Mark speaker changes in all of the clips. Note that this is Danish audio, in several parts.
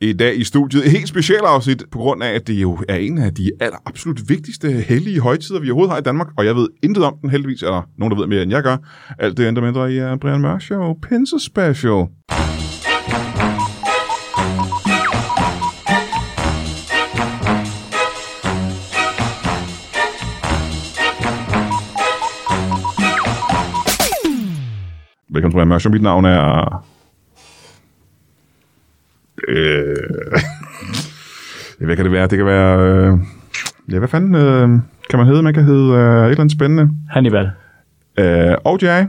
Speaker 1: i dag i studiet. Et helt specielt afsnit, på grund af, at det jo er en af de aller absolut vigtigste hellige højtider, vi overhovedet har i Danmark, og jeg ved intet om den heldigvis, eller nogen, der ved mere, end jeg gør. Alt det ændrer mindre i uh, Brian Mørk Show, Pinse Special. Velkommen til Brian Mørk Show. Mit navn er... Øh... ja, hvad kan det være? Det kan være... Øh... Ja, hvad fanden øh... kan man hedde? Man kan hedde øh... et eller andet spændende.
Speaker 2: Hannibal.
Speaker 1: Øh... Og jeg...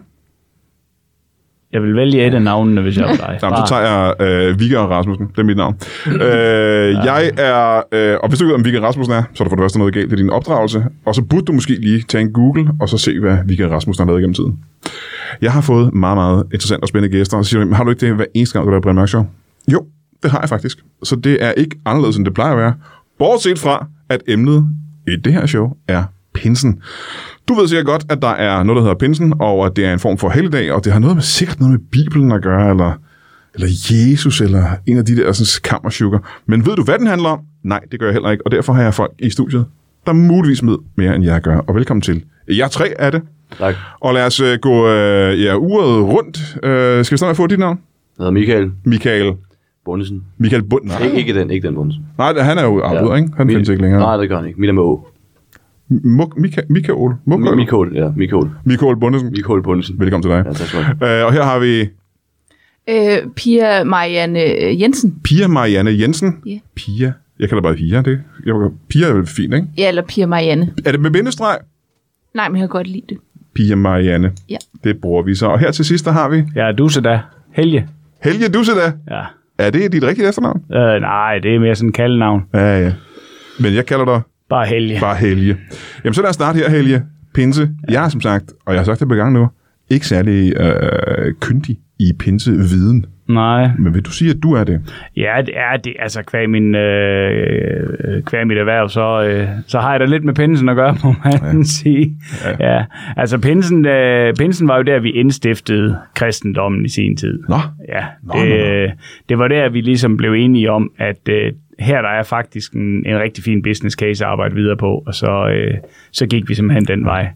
Speaker 2: Jeg vil vælge et af navnene, hvis jeg var dig.
Speaker 1: Jamen, så tager jeg øh, Vigga og Rasmussen. Det er mit navn. øh, jeg er... Øh, og hvis du ikke ved, om Vigga Rasmussen er, så er der for det første noget galt i din opdragelse. Og så burde du måske lige tage en Google, og så se, hvad Vigga Rasmussen har lavet gennem tiden. Jeg har fået meget, meget interessant og spændende gæster, og så siger de, har du ikke det hver eneste gang, du laver Brian Mørk Show? Jo, det har jeg faktisk. Så det er ikke anderledes, end det plejer at være. Bortset fra, at emnet i det her show er pinsen. Du ved sikkert godt, at der er noget, der hedder pinsen, og at det er en form for helligdag, og det har noget med sikkert noget med Bibelen at gøre, eller, eller Jesus, eller en af de der sådan, kammersugar. Men ved du, hvad den handler om? Nej, det gør jeg heller ikke, og derfor har jeg folk i studiet, der muligvis ved mere, end jeg gør. Og velkommen til. Jeg er tre af det.
Speaker 3: Tak.
Speaker 1: Og lad os øh, gå øh, ja, uret rundt. Øh, skal vi starte med at få dit navn?
Speaker 3: Jeg hedder Michael
Speaker 1: Michael.
Speaker 3: Bundesen.
Speaker 1: Michael Bund. Nej,
Speaker 3: Ikke, ikke den, ikke den Bundesen.
Speaker 1: nej han er jo afbud, ja. ikke? Han
Speaker 3: Mi-
Speaker 1: findes ikke længere.
Speaker 3: Nej, det gør han ikke. Mit er med Å.
Speaker 1: Muk, Mika, Mikael.
Speaker 3: Mi-
Speaker 1: Mikael.
Speaker 3: Michael, ja. Michael.
Speaker 1: Mikael Bundesen.
Speaker 3: Michael Bundesen.
Speaker 1: Velkommen til dig.
Speaker 3: Ja, tak skal du have.
Speaker 1: Øh, og her har vi
Speaker 4: Øh, Pia Marianne øh, Jensen.
Speaker 1: Pia Marianne Jensen.
Speaker 4: Ja.
Speaker 1: Pia. Jeg kalder bare Pia. Det. Jeg, Pia er vel fint, ikke?
Speaker 4: Ja, eller Pia Marianne.
Speaker 1: Er det med bindestreg?
Speaker 4: Nej, men jeg kan godt lide det.
Speaker 1: Pia Marianne.
Speaker 4: Ja.
Speaker 1: Det bruger vi så. Og her til sidst, der har vi
Speaker 2: Ja, du så da. Helge.
Speaker 1: Helge Dusseda.
Speaker 2: Ja.
Speaker 1: Er det dit rigtige efternavn?
Speaker 2: Øh, nej, det er mere sådan en kaldenavn.
Speaker 1: Ja, ja. Men jeg kalder dig
Speaker 2: Bare Helge.
Speaker 1: bare Helge. Jamen, så lad os starte her, Helge. Pinse. Jeg er som sagt, og jeg har sagt det på gang nu, ikke særlig øh, kyndig i pinseviden.
Speaker 2: Nej.
Speaker 1: Men vil du sige, at du er det?
Speaker 2: Ja, det er det. Altså, kvæg, min, øh, kvæg mit erhverv, så, øh, så har jeg da lidt med pinsen at gøre, må man ja. sige. Ja. ja. Altså, pinsen, øh, pinsen var jo der, vi indstiftede kristendommen i sin tid.
Speaker 1: Nå.
Speaker 2: Ja,
Speaker 1: Nå,
Speaker 2: det,
Speaker 1: nå,
Speaker 2: øh, det var der, vi ligesom blev enige om, at øh, her der er faktisk en, en rigtig fin business case at arbejde videre på, og så, øh, så gik vi simpelthen den vej.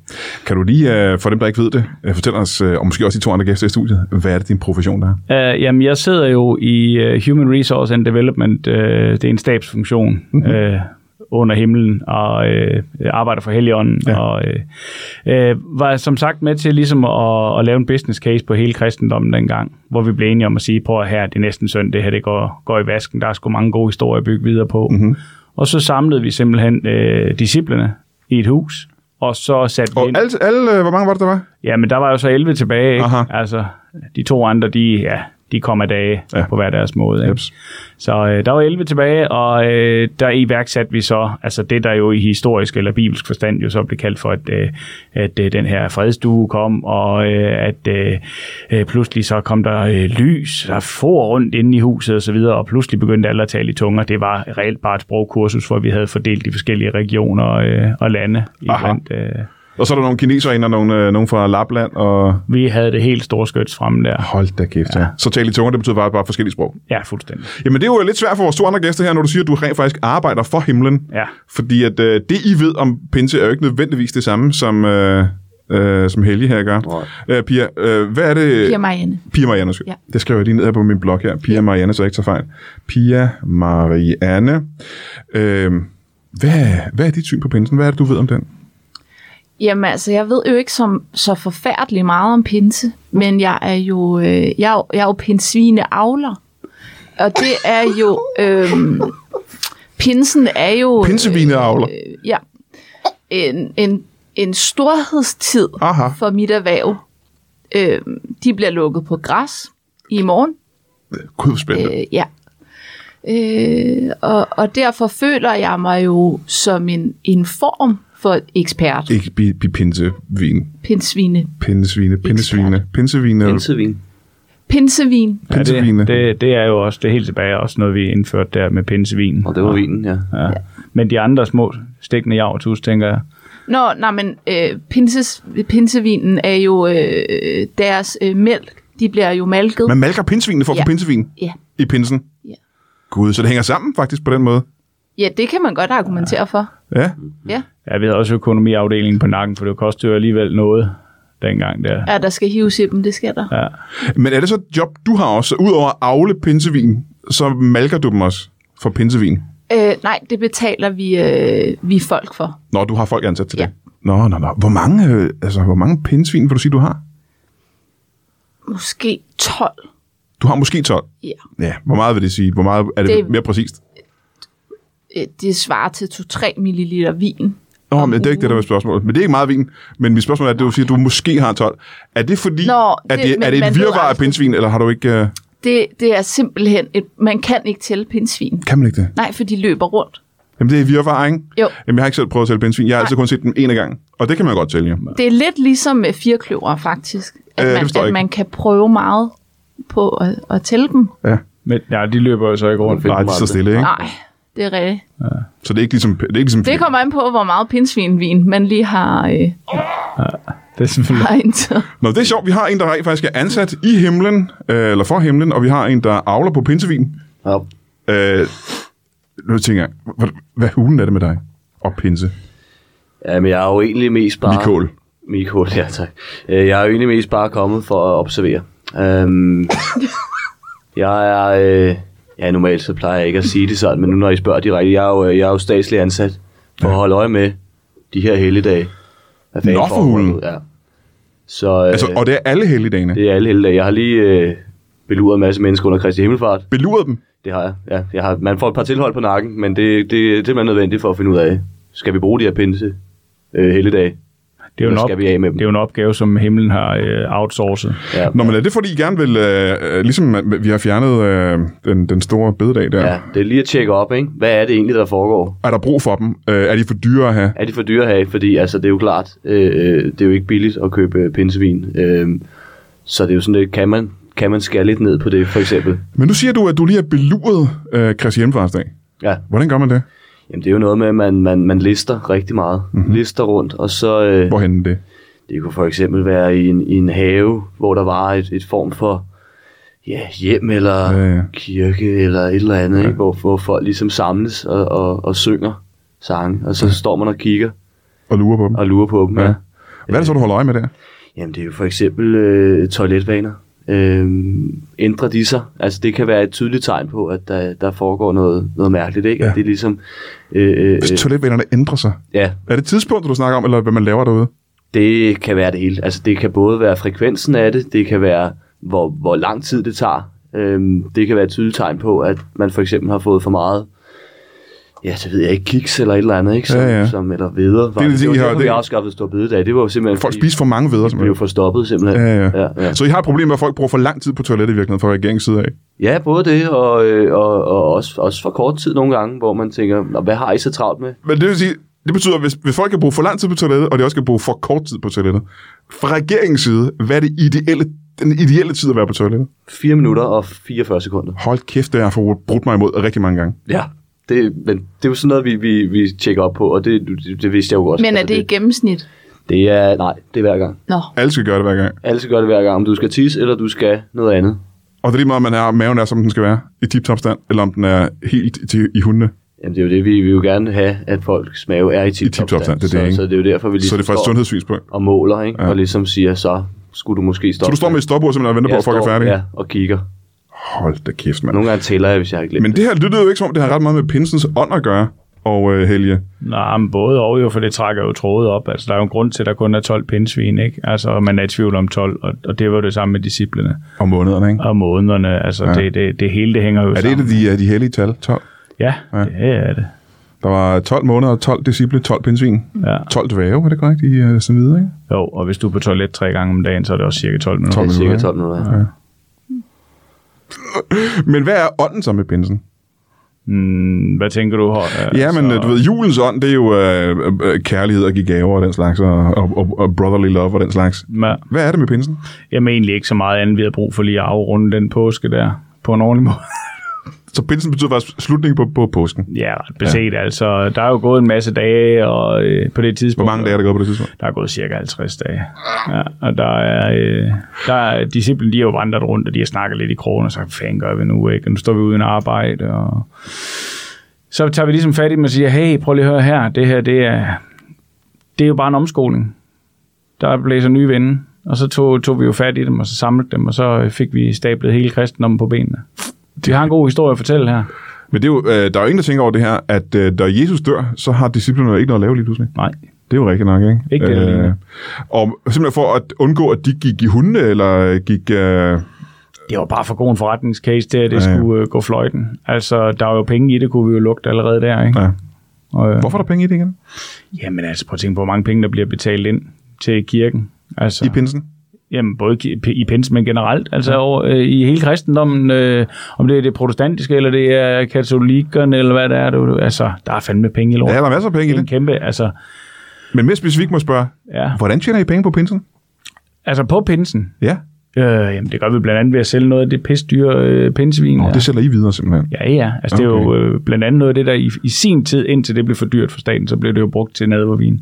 Speaker 1: Kan du lige, øh, for dem, der ikke ved det, øh, fortælle os, øh, og måske også de to andre gæster i studiet, hvad er det, din profession der er?
Speaker 2: Uh, jamen, jeg sidder jo i uh, Human Resource and Development. Uh, det er en stabsfunktion mm-hmm. uh, under himlen, og uh, arbejder for Helligånden. Ja. Og uh, uh, var som sagt med til ligesom at, at lave en business case på hele kristendommen dengang, hvor vi blev enige om at sige, prøv at her, det er næsten søndag, det her det går, går i vasken. Der er sgu mange gode historier at bygge videre på. Mm-hmm. Og så samlede vi simpelthen uh, disciplene i et hus, og så satte vi
Speaker 1: Og
Speaker 2: ind...
Speaker 1: alle, alle, øh, hvor mange var det, der var?
Speaker 2: Ja, men der var jo så 11 tilbage, ikke?
Speaker 1: Aha.
Speaker 2: Altså, de to andre, de, ja, de kom af dage
Speaker 1: Ja.
Speaker 2: ja. på hver deres måde. Ikke?
Speaker 1: Jeps.
Speaker 2: Så øh, der var 11 tilbage, og øh, der iværksatte vi så, altså det der jo i historisk eller bibelsk forstand jo så blev kaldt for, at, øh, at øh, den her fredsdue kom, og øh, at øh, øh, pludselig så kom der øh, lys, der for rundt inde i huset og så videre, og pludselig begyndte alle at tale i tunger. Det var reelt bare et sprogkursus, hvor vi havde fordelt de forskellige regioner øh, og lande.
Speaker 1: Aha.
Speaker 2: Iblandt, øh,
Speaker 1: Og så er der nogle kinesere inde, og nogle, øh, nogle fra Lapland, og
Speaker 2: vi havde det helt store skøds fremme der.
Speaker 1: hold da kæft, ja. Så tale i tunger, det betyder bare, bare forskellige sprog.
Speaker 2: Ja, fuldstændig.
Speaker 1: Jamen, det er jo lidt svært for vores to andre gæster her, når du siger, at du rent faktisk arbejder for himlen.
Speaker 2: Ja.
Speaker 1: Fordi at øh, det, I ved om pinse, er jo ikke nødvendigvis det samme, som, øh, øh, som Helge her gør. Øh, Pia, øh, hvad er det?
Speaker 4: Pia Marianne.
Speaker 1: Pia Marianne, undskyld. Ja.
Speaker 4: Ja.
Speaker 1: Det skriver jeg lige ned her på min blog her. Pia Marianne, så jeg ikke tager fejl. Pia Marianne. Øh, hvad, hvad er dit syn på pinsen? Hvad er det, du ved om den?
Speaker 4: Jamen altså, jeg ved jo ikke som, så forfærdelig meget om pinse, men jeg er jo, øh, jeg, er jo- jeg er jo pinsvine avler. Og det er jo, øh, pinsen er jo...
Speaker 1: Pinsevineavler.
Speaker 4: Øh, ja. En, en, en storhedstid
Speaker 1: Aha.
Speaker 4: for mit erhverv. Øh, de bliver lukket på græs i morgen.
Speaker 1: Gud, hvor spændende.
Speaker 4: Øh, ja. Øh, og, og derfor føler jeg mig jo som en, en form for ekspert.
Speaker 1: Ikke bi, bi pinsevin.
Speaker 4: Pinsvine.
Speaker 1: Pinsevine, pinsevine, pinsevine,
Speaker 3: Pinsevin.
Speaker 4: Pinsevin.
Speaker 1: pinsevine.
Speaker 2: det, det, det er jo også det er helt tilbage også noget, vi indførte der med pinsevinen.
Speaker 3: Og det var vinen, ja.
Speaker 2: Ja. Men de andre små stikkende javertus, tænker jeg.
Speaker 4: Nå, nej, men øh, pinses, pinsevinen er jo øh, deres øh, mælk. De bliver jo malket.
Speaker 1: Man malker pinsvinene for at få
Speaker 4: Ja.
Speaker 1: pinsevin
Speaker 4: Ja.
Speaker 1: i pinsen.
Speaker 4: Ja.
Speaker 1: Gud, så det hænger sammen faktisk på den måde.
Speaker 4: Ja, det kan man godt argumentere for.
Speaker 1: Ja,
Speaker 4: Ja,
Speaker 2: Ja, vi havde også økonomiafdelingen på nakken, for det kostede jo alligevel noget dengang der.
Speaker 4: ja der skal hives i dem, det sker der.
Speaker 2: Ja.
Speaker 1: men er det så et job, du har også? Så Udover at avle pinsevin, så malker du dem også for pinsevin?
Speaker 4: Øh, nej, det betaler vi, øh, vi folk for.
Speaker 1: Nå, du har folk ansat til
Speaker 4: Ja.
Speaker 1: det? Nå, nå, nå. Hvor mange, øh, altså, hvor mange pinsvin vil du sige, du har?
Speaker 4: Måske 12.
Speaker 1: Du har måske 12.
Speaker 4: Ja.
Speaker 1: Ja, hvor meget vil det sige? Hvor meget er det, det...
Speaker 4: Det-
Speaker 1: mere præcist?
Speaker 4: Øh, Det svarer til 2-3 milliliter vin.
Speaker 1: Nå,
Speaker 4: Om
Speaker 1: men det er ikke det, der er
Speaker 4: ugen.
Speaker 1: mit spørgsmål. Men det er ikke meget vin. Men mit spørgsmål er, at du siger, at du måske har 12. Er det fordi,
Speaker 4: Nå,
Speaker 1: er
Speaker 4: det-
Speaker 1: det, er
Speaker 4: men
Speaker 1: det
Speaker 4: man
Speaker 1: et
Speaker 4: ved
Speaker 1: virvar af
Speaker 4: aldrig.
Speaker 1: pindsvin, eller har du ikke... Uh...
Speaker 4: Det, det er simpelthen... Et, man kan ikke tælle pindsvin.
Speaker 1: Kan man ikke det?
Speaker 4: Nej, for de løber rundt.
Speaker 1: Jamen, det er et virvar, ikke?
Speaker 4: Jo.
Speaker 1: Jamen, jeg har ikke selv prøvet at sælge pindsvin. Jeg har altid kun set dem ene gang. Og det kan man godt sælge. jo.
Speaker 4: Det er lidt ligesom med firkløver, faktisk. At,
Speaker 1: Øh, det
Speaker 4: man,
Speaker 1: forstår jeg
Speaker 4: at
Speaker 1: ikke.
Speaker 4: man kan prøve meget på at, at tælle dem.
Speaker 1: Ja.
Speaker 2: Men ja, de løber jo så ikke rundt.
Speaker 1: Nej, de står stille, ikke?
Speaker 4: Nej, det er rigtigt.
Speaker 1: Så det er ikke ligesom... Det er ikke ligesom
Speaker 4: Det kommer an på, hvor meget pindsvinvin man lige har, øh,
Speaker 2: Det er selvfølgelig...
Speaker 4: har indtaget.
Speaker 1: Nå, det er sjovt. Vi har en, der rent faktisk er ansat i himlen, øh, eller for himlen, og vi har en, der avler på pindsvin.
Speaker 3: Ja.
Speaker 1: Øh, nu tænker jeg, hvad, hvad hulen er det med dig? Og pinse.
Speaker 3: ja, men jeg er jo egentlig mest bare...
Speaker 1: Mikol.
Speaker 3: Mikol, ja tak. Øh, Jeg er jo egentlig mest bare kommet for at observere. Øhm, jeg er... Øh, ja, normalt så plejer jeg ikke at sige det sådan, men nu når I spørger direkte, jeg er jo, øh, jeg er jo statslig ansat for at holde øje med de her helligdage. Hvad fanden
Speaker 1: Nå, for
Speaker 3: foregår der
Speaker 1: hulen.
Speaker 3: nu? Ja. Så øh,
Speaker 1: Altså, og det er alle helligdagene.
Speaker 3: det er alle helligdage. Jeg har lige øh, beluret en masse mennesker under Kristi Himmelfart.
Speaker 1: Beluret dem.
Speaker 3: Det har jeg, ja. Jeg har, man får et par tilhold på nakken, men det, det, det er simpelthen nødvendigt for at finde ud af, skal vi bruge de her pinse øh, hele dag?
Speaker 2: Det er, jo en
Speaker 3: Hvad
Speaker 2: op...
Speaker 3: skal vi af med dem?
Speaker 2: det er jo en opgave, som himlen har øh, outsourcet.
Speaker 3: Ja.
Speaker 1: Nå, men er det fordi, I gerne vil... Øh, øh, ligesom at vi har fjernet øh, den, den store bededag der.
Speaker 3: ja, det er lige at tjekke op, ikke? Hvad er det egentlig, der foregår?
Speaker 1: Er der brug for dem? Øh, er de for dyre at have?
Speaker 3: Er de for dyre at have? Fordi altså, det er jo klart, øh, øh, det er jo ikke billigt at købe øh, pinsevin. Øh, så det er jo sådan lidt, kan man, kan man skære lidt ned på det, for eksempel?
Speaker 1: Men nu siger du, at du lige har beluret øh, Kristi Himmelfartsdag.
Speaker 3: Ja,
Speaker 1: Hvordan gør man det?
Speaker 3: jamen det er jo noget med, at man, man, man lister rigtig meget. Mm-hmm. Lister rundt, og så... Øh,
Speaker 1: Hvorhen er det?
Speaker 3: Det kunne for eksempel være i en, i en have, hvor der var et, et form for ja, hjem eller
Speaker 1: Ja,
Speaker 3: ja,
Speaker 1: ja.
Speaker 3: ja. kirke eller et eller andet, ja. ikke? Hvor, hvor folk ligesom samles og, og, og synger sange, og så står man og kigger
Speaker 1: Og lurer på dem.
Speaker 3: og lurer på dem.
Speaker 1: Ja.
Speaker 3: Ja.
Speaker 1: Hvad er det så, du holder øje med der?
Speaker 3: Jamen det er jo for eksempel øh, toiletvaner. Øhm, ændrer de sig? Altså det kan være et tydeligt tegn på, at der, der foregår noget, noget mærkeligt, ikke?
Speaker 1: Ja.
Speaker 3: Ja. At det er ligesom... Øh, øh, øh,
Speaker 1: Toiletvenerne ændrer sig.
Speaker 3: ja,
Speaker 1: Er det tidspunktet, du snakker om, eller hvad man laver derude?
Speaker 3: Det kan være det hele. Altså, det kan både være frekvensen af det, det kan være, hvor, hvor lang tid det tager. Øhm, det kan være et tydeligt tegn på, at man for eksempel har fået for meget, ja, så ved jeg ikke, kiks eller et eller andet, ikke? Som,
Speaker 1: Ja, ja.
Speaker 3: Som, eller veder. Det,
Speaker 1: er det,
Speaker 3: det, det,
Speaker 1: I
Speaker 3: var
Speaker 1: har-
Speaker 3: derfor,
Speaker 1: det-
Speaker 3: vi afskaffede stor bededag. Det var jo simpelthen,
Speaker 1: Folk
Speaker 3: fordi
Speaker 1: spiser for mange veder,
Speaker 3: vi blev
Speaker 1: simpelthen.
Speaker 3: forstoppet simpelthen.
Speaker 1: Ja, ja.
Speaker 3: ja, ja.
Speaker 1: Så I har et problem med, at folk bruger for lang tid på toilettet i virkeligheden fra regeringens side af.
Speaker 3: ja både det, og, øh, og, og også, også for kort tid nogle gange, hvor man tænker, "Nå, hvad har I så travlt med?
Speaker 1: Men det vil sige, det betyder, at hvis, hvis folk kan bruge for lang tid på toilettet, og de også kan bruge for kort tid på toilettet, fra regeringens side, hvad er det ideelle, den ideelle tid at være på toilettet?
Speaker 3: 4 minutter og 44 sekunder.
Speaker 1: Hold kæft, det har jeg fået brudt mig imod rigtig mange gange.
Speaker 3: Ja. Det, men det er jo sådan noget, vi, vi, vi tjekker op på, og det, det, det vidste jeg jo godt.
Speaker 4: Men er
Speaker 3: Altså,
Speaker 4: det i gennemsnit?
Speaker 3: Det er, nej, det er hver gang.
Speaker 4: Nå,
Speaker 1: Alle skal gøre det hver gang.
Speaker 3: Alle skal gøre det hver gang, om du skal tisse, eller du skal noget andet.
Speaker 1: Og det er lige meget, om man er, om maven er, som den skal være, i tip-top stand, eller om den er helt i, i hundene.
Speaker 3: Jamen, det er jo det, vi, vi vil jo gerne have, at folks mave er i tip-top
Speaker 1: tip-top stand, det er det,
Speaker 3: så,
Speaker 1: ikke?
Speaker 3: så det er jo derfor, vi
Speaker 1: Så
Speaker 3: ligesom
Speaker 1: det er fra et
Speaker 3: står
Speaker 1: sundhedssynspunkt.
Speaker 3: og måler, ikke? Ja. Og ligesom siger, så skulle du måske
Speaker 1: Så
Speaker 3: stoppe.
Speaker 1: du står med et stopord, simpelthen, og venter på,
Speaker 3: Jeg
Speaker 1: at folk er
Speaker 3: står-
Speaker 1: færdige?
Speaker 3: Ja, og kigger.
Speaker 1: Hold da kæft, mand.
Speaker 3: Nogle gange tæller jeg, hvis jeg har glemt
Speaker 1: Men
Speaker 3: det.
Speaker 1: det her lyder jo ikke, som om det har ret meget med pinsens ånd at gøre, og øh, Helge.
Speaker 2: Nej, men både og jo, for det trækker jo trådet op. Altså, der er jo en grund til, at der kun er 12 pindsvin, ikke? Altså, og man er i tvivl om 12, og, og det var jo det samme med disciplene.
Speaker 1: Om månederne, ikke?
Speaker 2: Og månederne, altså, ja. det, det, det hele, det hænger jo
Speaker 1: Er det et
Speaker 2: sammen.
Speaker 1: af de, af de hellige tal? 12?
Speaker 2: Ja, ja, det er det.
Speaker 1: Der var 12 måneder, 12 disciple, 12 pindsvin,
Speaker 2: Ja.
Speaker 1: 12 dvæve, var det korrekt, i øh, sådan videre, ikke?
Speaker 2: Jo, og hvis du er på toilet tre gange om dagen, så er det også cirka 12 minutter.
Speaker 3: Det
Speaker 1: 12
Speaker 3: er cirka
Speaker 1: minutter,
Speaker 3: 12 minutter. Ja.
Speaker 1: Men hvad er ånden så med pinsen?
Speaker 2: Mm, hvad tænker du? Altså, Hår?
Speaker 1: Ja, men øh, du ved, julens ånd, det er jo øh, øh, kærlighed og give gaver og den slags, og, og, og, og brotherly love og den slags.
Speaker 2: Ja,
Speaker 1: Hvad er det med pinsen?
Speaker 2: jamen egentlig ikke så meget andet, vi har brug for lige at afrunde den påske der, på en ordentlig måde.
Speaker 1: Så pinsen betyder faktisk slutningen på, på påsken.
Speaker 2: Ja, ret beset. Ja. Altså, der er jo gået en masse dage, og øh, på det tidspunkt...
Speaker 1: Hvor mange dage er der gået på det tidspunkt?
Speaker 2: Der er gået cirka 50 dage. Ja, og der er, øh, der er disciplen, de har jo vandret rundt, og de har snakket lidt i krogen og sagt, hvad fanden gør vi nu, ikke? Og nu står vi uden arbejde, og... Så tager vi ligesom fat i dem og siger, hey, prøv lige at høre her, det her, det er, det er jo bare en omskoling. Der blæser nye vinde, og så tog, tog vi jo fat i dem, og så samlede dem, og så fik vi stablet hele kristendommen på benene. Vi har en god historie at fortælle her.
Speaker 1: Men det er jo, øh, der er jo ingen, der tænker over det her, at øh, da Jesus dør, så har disciplinerne ikke noget at lave lige pludselig.
Speaker 2: Nej,
Speaker 1: Det er jo rigtigt nok, ikke? Øh,
Speaker 2: Ikke det, der ligner.
Speaker 1: Og simpelthen for at undgå, at de gik i hunde, eller gik... Øh,
Speaker 2: det var bare for god en forretningscase til, at det
Speaker 1: Ja,
Speaker 2: ja,
Speaker 1: ja.
Speaker 2: ja. skulle øh, gå fløjten. Altså, der var jo penge i det, kunne vi jo lugte allerede der, ikke?
Speaker 1: ja.
Speaker 2: Og, øh,
Speaker 1: Hvorfor er der penge i det igen?
Speaker 2: Jamen altså, prøv at tænke på, hvor mange penge, der bliver betalt ind til kirken. Altså,
Speaker 1: I pinsen?
Speaker 2: Jamen, både ki- p- i pinsen, men generelt, altså over, øh, i hele kristendommen, øh, om det er det protestantiske, eller det er katolikkerne, eller hvad det er, det, altså, der er fandme penge i lort.
Speaker 1: Ja, der er masser af penge i
Speaker 2: en
Speaker 1: det.
Speaker 2: kæmpe, altså,
Speaker 1: Men mere specifikt må jeg spørge,
Speaker 2: ja.
Speaker 1: hvordan tjener I penge på pinsen?
Speaker 2: altså på pinsen,
Speaker 1: Ja,
Speaker 2: øh, jamen, det gør vi blandt andet ved at sælge noget af det pisdyre øh, pinsvin.
Speaker 1: Nå,
Speaker 2: her.
Speaker 1: det sælger I videre simpelthen.
Speaker 2: Ja, ja. Altså, okay. det er jo øh, blandt andet noget af det, der i, i sin tid, indtil det blev for dyrt for staten, så blev det jo brugt til nadvervin.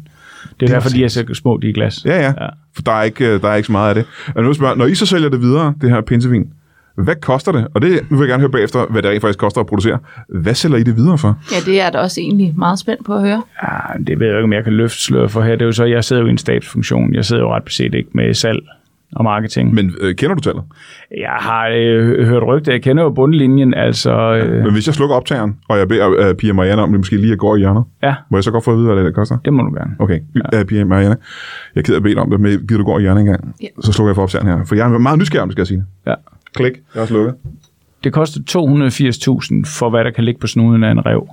Speaker 2: Det
Speaker 1: er
Speaker 2: er derfor, de er så små, de er i glas.
Speaker 1: Ja, ja,
Speaker 2: Ja.
Speaker 1: for der er ikke, øh, der er ikke så meget af det. Og nu spørger, jeg, når I så sælger det videre, det her pinsevin, hvad koster det? Og det nu vil jeg gerne høre bagefter, hvad det rent faktisk koster at producere. Hvad sælger I det videre for?
Speaker 4: Ja, det er jeg da også egentlig meget spændt på at høre.
Speaker 2: Ja, det ved jeg jo ikke, om jeg kan løfte sløret for her. Det er jo så, jeg sidder jo i en stabsfunktion. Jeg sidder jo ret beset ikke med salg og marketing. Men,
Speaker 1: Men øh, kender du tallet?
Speaker 2: jeg har øh, hørt rygter. Jeg kender jo bundlinjen, altså... Øh,
Speaker 1: Men hvis jeg slukker optageren, og jeg beder øh, Pia Marianne om, at det måske lige går i hjørnet,
Speaker 2: ja,
Speaker 1: må jeg så godt få at vide, hvad det koster?
Speaker 2: det må du gerne.
Speaker 1: Okay, ja. øh, Pia Marianne, jeg er ked af at bede om det, men gider du gå i hjørnet engang?
Speaker 4: Ja.
Speaker 1: Så slukker jeg for optageren her, for jeg er meget nysgerrig, om det, skal jeg sige.
Speaker 2: Ja.
Speaker 1: Klik, jeg har slukket.
Speaker 2: Det koster 280.000 for, hvad der kan ligge på snuden af en rev.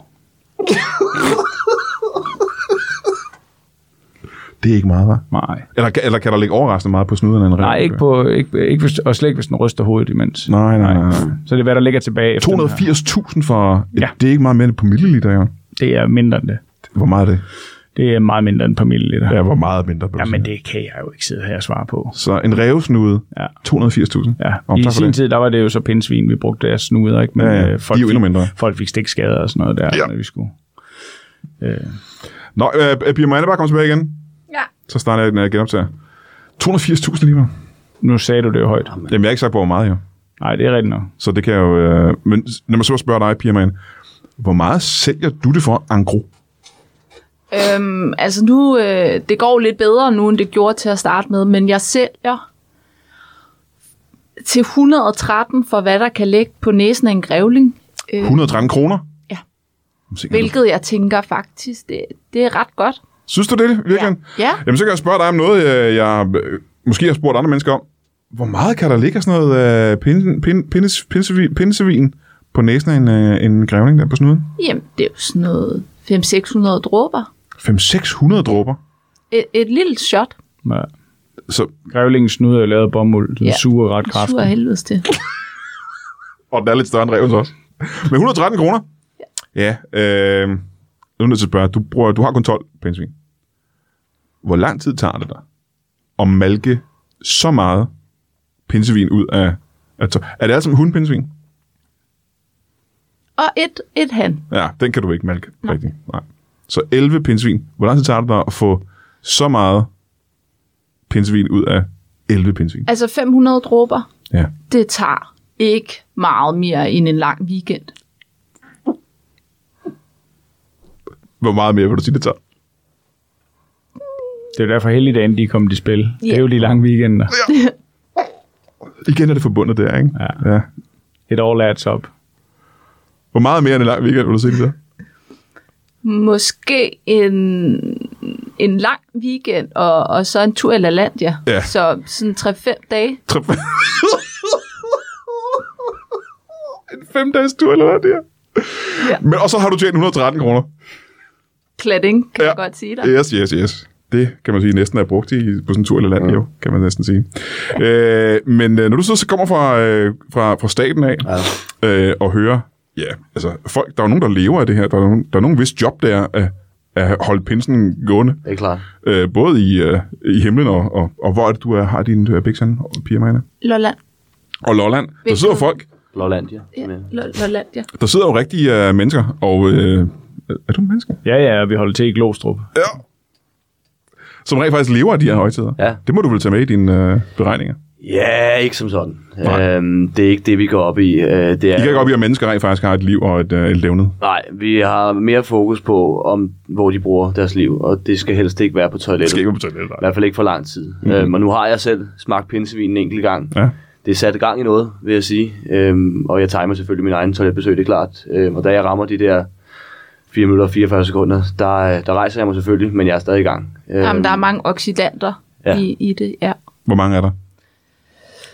Speaker 1: Det er ikke meget, var.
Speaker 2: Nej.
Speaker 1: Eller, eller kan der ligge overraskende meget på snuden af en rev?
Speaker 2: Nej, ikke på, ikke, ikke, hvis- og slet ikke, hvis den ryster hovedet imens.
Speaker 1: Nej, nej, nej. nej.
Speaker 2: Så det er, hvad der ligger tilbage efter den her.
Speaker 1: 280.000 for... Ja.
Speaker 2: Ja.
Speaker 1: Det er ikke meget mere end på milliliter, jo.
Speaker 2: Det er mindre end det.
Speaker 1: Hvor meget er det?
Speaker 2: Det er meget mindre end et par milliliter.
Speaker 1: hvor meget mindre.
Speaker 2: Ja, men det kan jeg jo ikke sidde her og svare på.
Speaker 1: Så en revsnude,
Speaker 2: Ja.
Speaker 1: 280.000.
Speaker 2: Ja,
Speaker 1: Nå,
Speaker 2: i
Speaker 1: tak for
Speaker 2: sin
Speaker 1: det.
Speaker 2: tid, der var det jo så pindsvin, vi brugte deres snuder, ikke? Men
Speaker 1: Ja, ja.
Speaker 2: øh, folk,
Speaker 1: De er jo endnu
Speaker 2: fik,
Speaker 1: mindre.
Speaker 2: folk fik stikskader og sådan noget der,
Speaker 1: Ja.
Speaker 2: ja. når vi skulle. Øh,
Speaker 1: Nå, øh, Pia Marianne, bare kom tilbage igen.
Speaker 4: Ja.
Speaker 1: Så starter jeg den øh, genoptager. 280.000 lige nu.
Speaker 2: nu sagde du det jo højt.
Speaker 1: Jamen, jeg har ikke sagt, på, hvor meget, jo.
Speaker 2: Nej, det er rigtigt nok.
Speaker 1: Så det kan jeg jo... Øh, men når man så spørger dig, Pia Marianne, hvor meget sælger du det for, angro?
Speaker 4: Øhm, altså nu, øh, det går lidt bedre nu, end det gjorde til at starte med, men jeg sælger til 113 for, hvad der kan lægge på næsen af en grævling. Øh,
Speaker 1: 113 kroner?
Speaker 4: Ja.
Speaker 1: Sikkert.
Speaker 4: hvilket jeg tænker faktisk, det, det er ret godt.
Speaker 1: Synes du det, virkelig?
Speaker 4: Ja. Ja.
Speaker 1: Jamen, så kan jeg spørge dig om noget, øh, jeg øh, måske har spurgt andre mennesker om. Hvor meget kan der ligge af sådan noget øh, pin, pin, pindes, pinsevin, pinsevin på næsen af en, øh, en grævling der på snuden?
Speaker 4: Jamen, det er jo sådan noget 500-600 dråber.
Speaker 1: 500-600 dråber.
Speaker 4: Et, et lille shot.
Speaker 2: Ja.
Speaker 1: Så,
Speaker 2: Grævlingens snuder er jo lavet af bomuld. Den
Speaker 4: Ja.
Speaker 2: ja. suger ret
Speaker 4: Sur
Speaker 2: kraftigt.
Speaker 4: af helvedes til.
Speaker 1: og den er lidt større end revens også. Men 113 kroner? Ja. ja øh, nu er jeg nødt til at spørge. Du, bruger, du har kun 12 pinsevin. Hvor lang tid tager det dig at malke så meget pinsevin ud af... af tø- er det altså hundpinsevin?
Speaker 4: Og et, et han.
Speaker 1: Ja, den kan du ikke malke Nej. rigtigt. Nej. Så 11 pindsvin. Hvor lang tid tager det dig at få så meget pindsvin ud af 11 pindsvin?
Speaker 4: Altså 500 dråber,
Speaker 1: Ja.
Speaker 4: det tager ikke meget mere end en lang weekend.
Speaker 1: Hvor meget mere vil du sige, det tager?
Speaker 2: Det er jo derfor helligdagen, de er kommet i spil. Yeah. Det er jo de lange weekender.
Speaker 1: Igen er det forbundet der, ikke?
Speaker 2: Ja.
Speaker 1: ja.
Speaker 2: It all adds up.
Speaker 1: Hvor meget mere end en lang weekend vil du sige, det tager?
Speaker 4: Måske en, en lang weekend, og, og så en tur i LaLandia.
Speaker 1: Ja.
Speaker 4: Så sådan 3-5 dage.
Speaker 1: Tre- en fem dages tur, eller hvad det er?
Speaker 4: Ja.
Speaker 1: Men, og så har du tjent 113 kroner.
Speaker 4: Klatting, kan
Speaker 1: Ja.
Speaker 4: ja. jeg godt sige dig.
Speaker 1: Yes, yes, yes. Det kan man sige næsten er brugt i, på sådan en tur eller land,
Speaker 4: Mm.
Speaker 1: ja. jo, kan man næsten sige. Øh, men øh, når du så, så kommer fra, øh, fra, fra staten af ja. øh, og hører, ja, altså folk, der er jo nogen, der lever af det her, der er nogen, der er nogen vis job, der er at, at holde pinsen gående,
Speaker 3: Det er klart.
Speaker 1: øh, både i, øh, i himlen og, og, og hvor er det, du er, har din øh, biksen, Pia Marianne?
Speaker 4: Lolland.
Speaker 1: og Lolland. Der
Speaker 4: Hvilket-
Speaker 1: sidder folk
Speaker 3: Lollandia.
Speaker 4: Ja,
Speaker 3: Men-
Speaker 4: Lo- Lollandia.
Speaker 1: Der sidder jo rigtige øh, mennesker, og... Øh, er du en menneske?
Speaker 2: Ja, ja, og vi holder til i Glostrup.
Speaker 1: Ja. Som rent faktisk lever af de her højtider.
Speaker 3: Ja.
Speaker 1: Det må du vel tage med i dine øh, beregninger.
Speaker 3: Ja, ikke som sådan.
Speaker 1: Nej.
Speaker 3: Øhm, det er ikke det, vi går op i. Øh, det er,
Speaker 1: I kan ikke op i, at mennesker rent faktisk har et liv og et, øh, et levnet.
Speaker 3: Nej, vi har mere fokus på, om, hvor de bruger deres liv, og det skal helst ikke være på toilettet.
Speaker 1: Det skal ikke være på toilettet.
Speaker 3: I hvert fald ikke for lang tid. Mm. Øhm, og nu har jeg selv smagt pinsevin en enkelt gang.
Speaker 1: Mhm. Ja.
Speaker 3: Det er sat i gang i noget, vil jeg sige. Øhm, og jeg timer selvfølgelig min egen toiletbesøg, det er klart. Øhm, og da jeg rammer de der 4 minutter og 44 sekunder, der, øh, der rejser jeg mig selvfølgelig, men jeg er stadig i gang. Øhm,
Speaker 4: Jamen, der er mange oxidanter
Speaker 3: ja.
Speaker 4: ja. i, i det, ja.
Speaker 1: Hvor mange er der?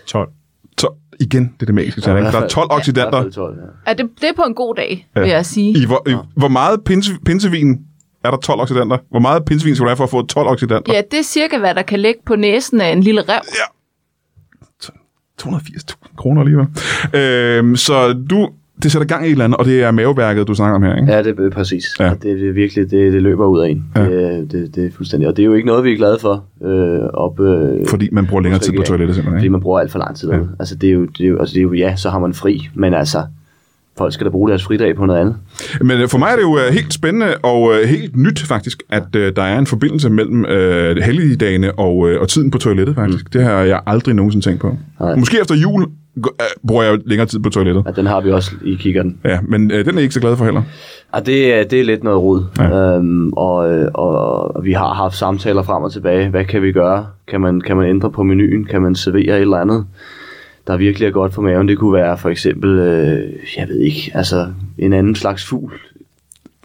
Speaker 2: 12.
Speaker 1: Så igen, det er det magiske tal.
Speaker 3: i
Speaker 1: ikke?
Speaker 3: hvert
Speaker 1: Der er
Speaker 3: fald-
Speaker 1: 12
Speaker 3: i hvert
Speaker 1: oxidanter.
Speaker 3: fald 12, ja.
Speaker 4: ja det, det er på en god dag,
Speaker 1: Ja.
Speaker 4: ja. vil jeg sige.
Speaker 1: I hvor, i, hvor meget pinse, pinsevin er der 12 oxidanter? Hvor meget pinsevin skal du have for at få 12 oxidanter?
Speaker 4: Ja, det er cirka, hvad der kan ligge på næsen af en lille rev.
Speaker 1: 280.000 kroner alligevel. Øhm, så du, det sætter gang i et eller andet, og det er maveværket, du snakker om her, ikke?
Speaker 3: Ja, det er præcis.
Speaker 1: Ja.
Speaker 3: Ja. Det, det er virkelig, det, det løber ud af en.
Speaker 1: Ja.
Speaker 3: Ja. Det, øh, det, det er fuldstændig. Og det er jo ikke noget, vi er glade for. Øh, op, øh,
Speaker 1: Fordi man bruger længere tid på
Speaker 3: Måske ikke.
Speaker 1: toilettet simpelthen,
Speaker 3: fordi
Speaker 1: ikke?
Speaker 3: man bruger alt for lang tid.
Speaker 1: Ja.
Speaker 3: Ja. Altså, det er, jo, det, er jo, altså, det er jo, ja, så har man fri, men altså, folk skal da bruge deres fridag på noget andet.
Speaker 1: Men øh, for mig er det jo øh, helt spændende og øh, helt nyt faktisk, at øh, der er en forbindelse mellem øh, helligdagene og, øh, og tiden på toilettet faktisk. Mm. Det har jeg aldrig nogensinde tænkt på.
Speaker 3: Nej.
Speaker 1: Måske efter jul gå- øh, bruger jeg jo længere tid på toilettet.
Speaker 3: Og den har vi også i kikkerten.
Speaker 1: Ja, men øh, den er jeg ikke så glad for heller.
Speaker 3: Og det, er- det er lidt noget rod.
Speaker 1: Ja.
Speaker 3: Ja. Øhm, og, øh, og, og vi har haft samtaler frem og tilbage. Hvad kan vi gøre? Kan man, kan man ændre på menuen? Kan man servere et eller andet? der virkelig er godt for maven, det kunne være for eksempel, øh, jeg ved ikke, altså en anden slags fugl.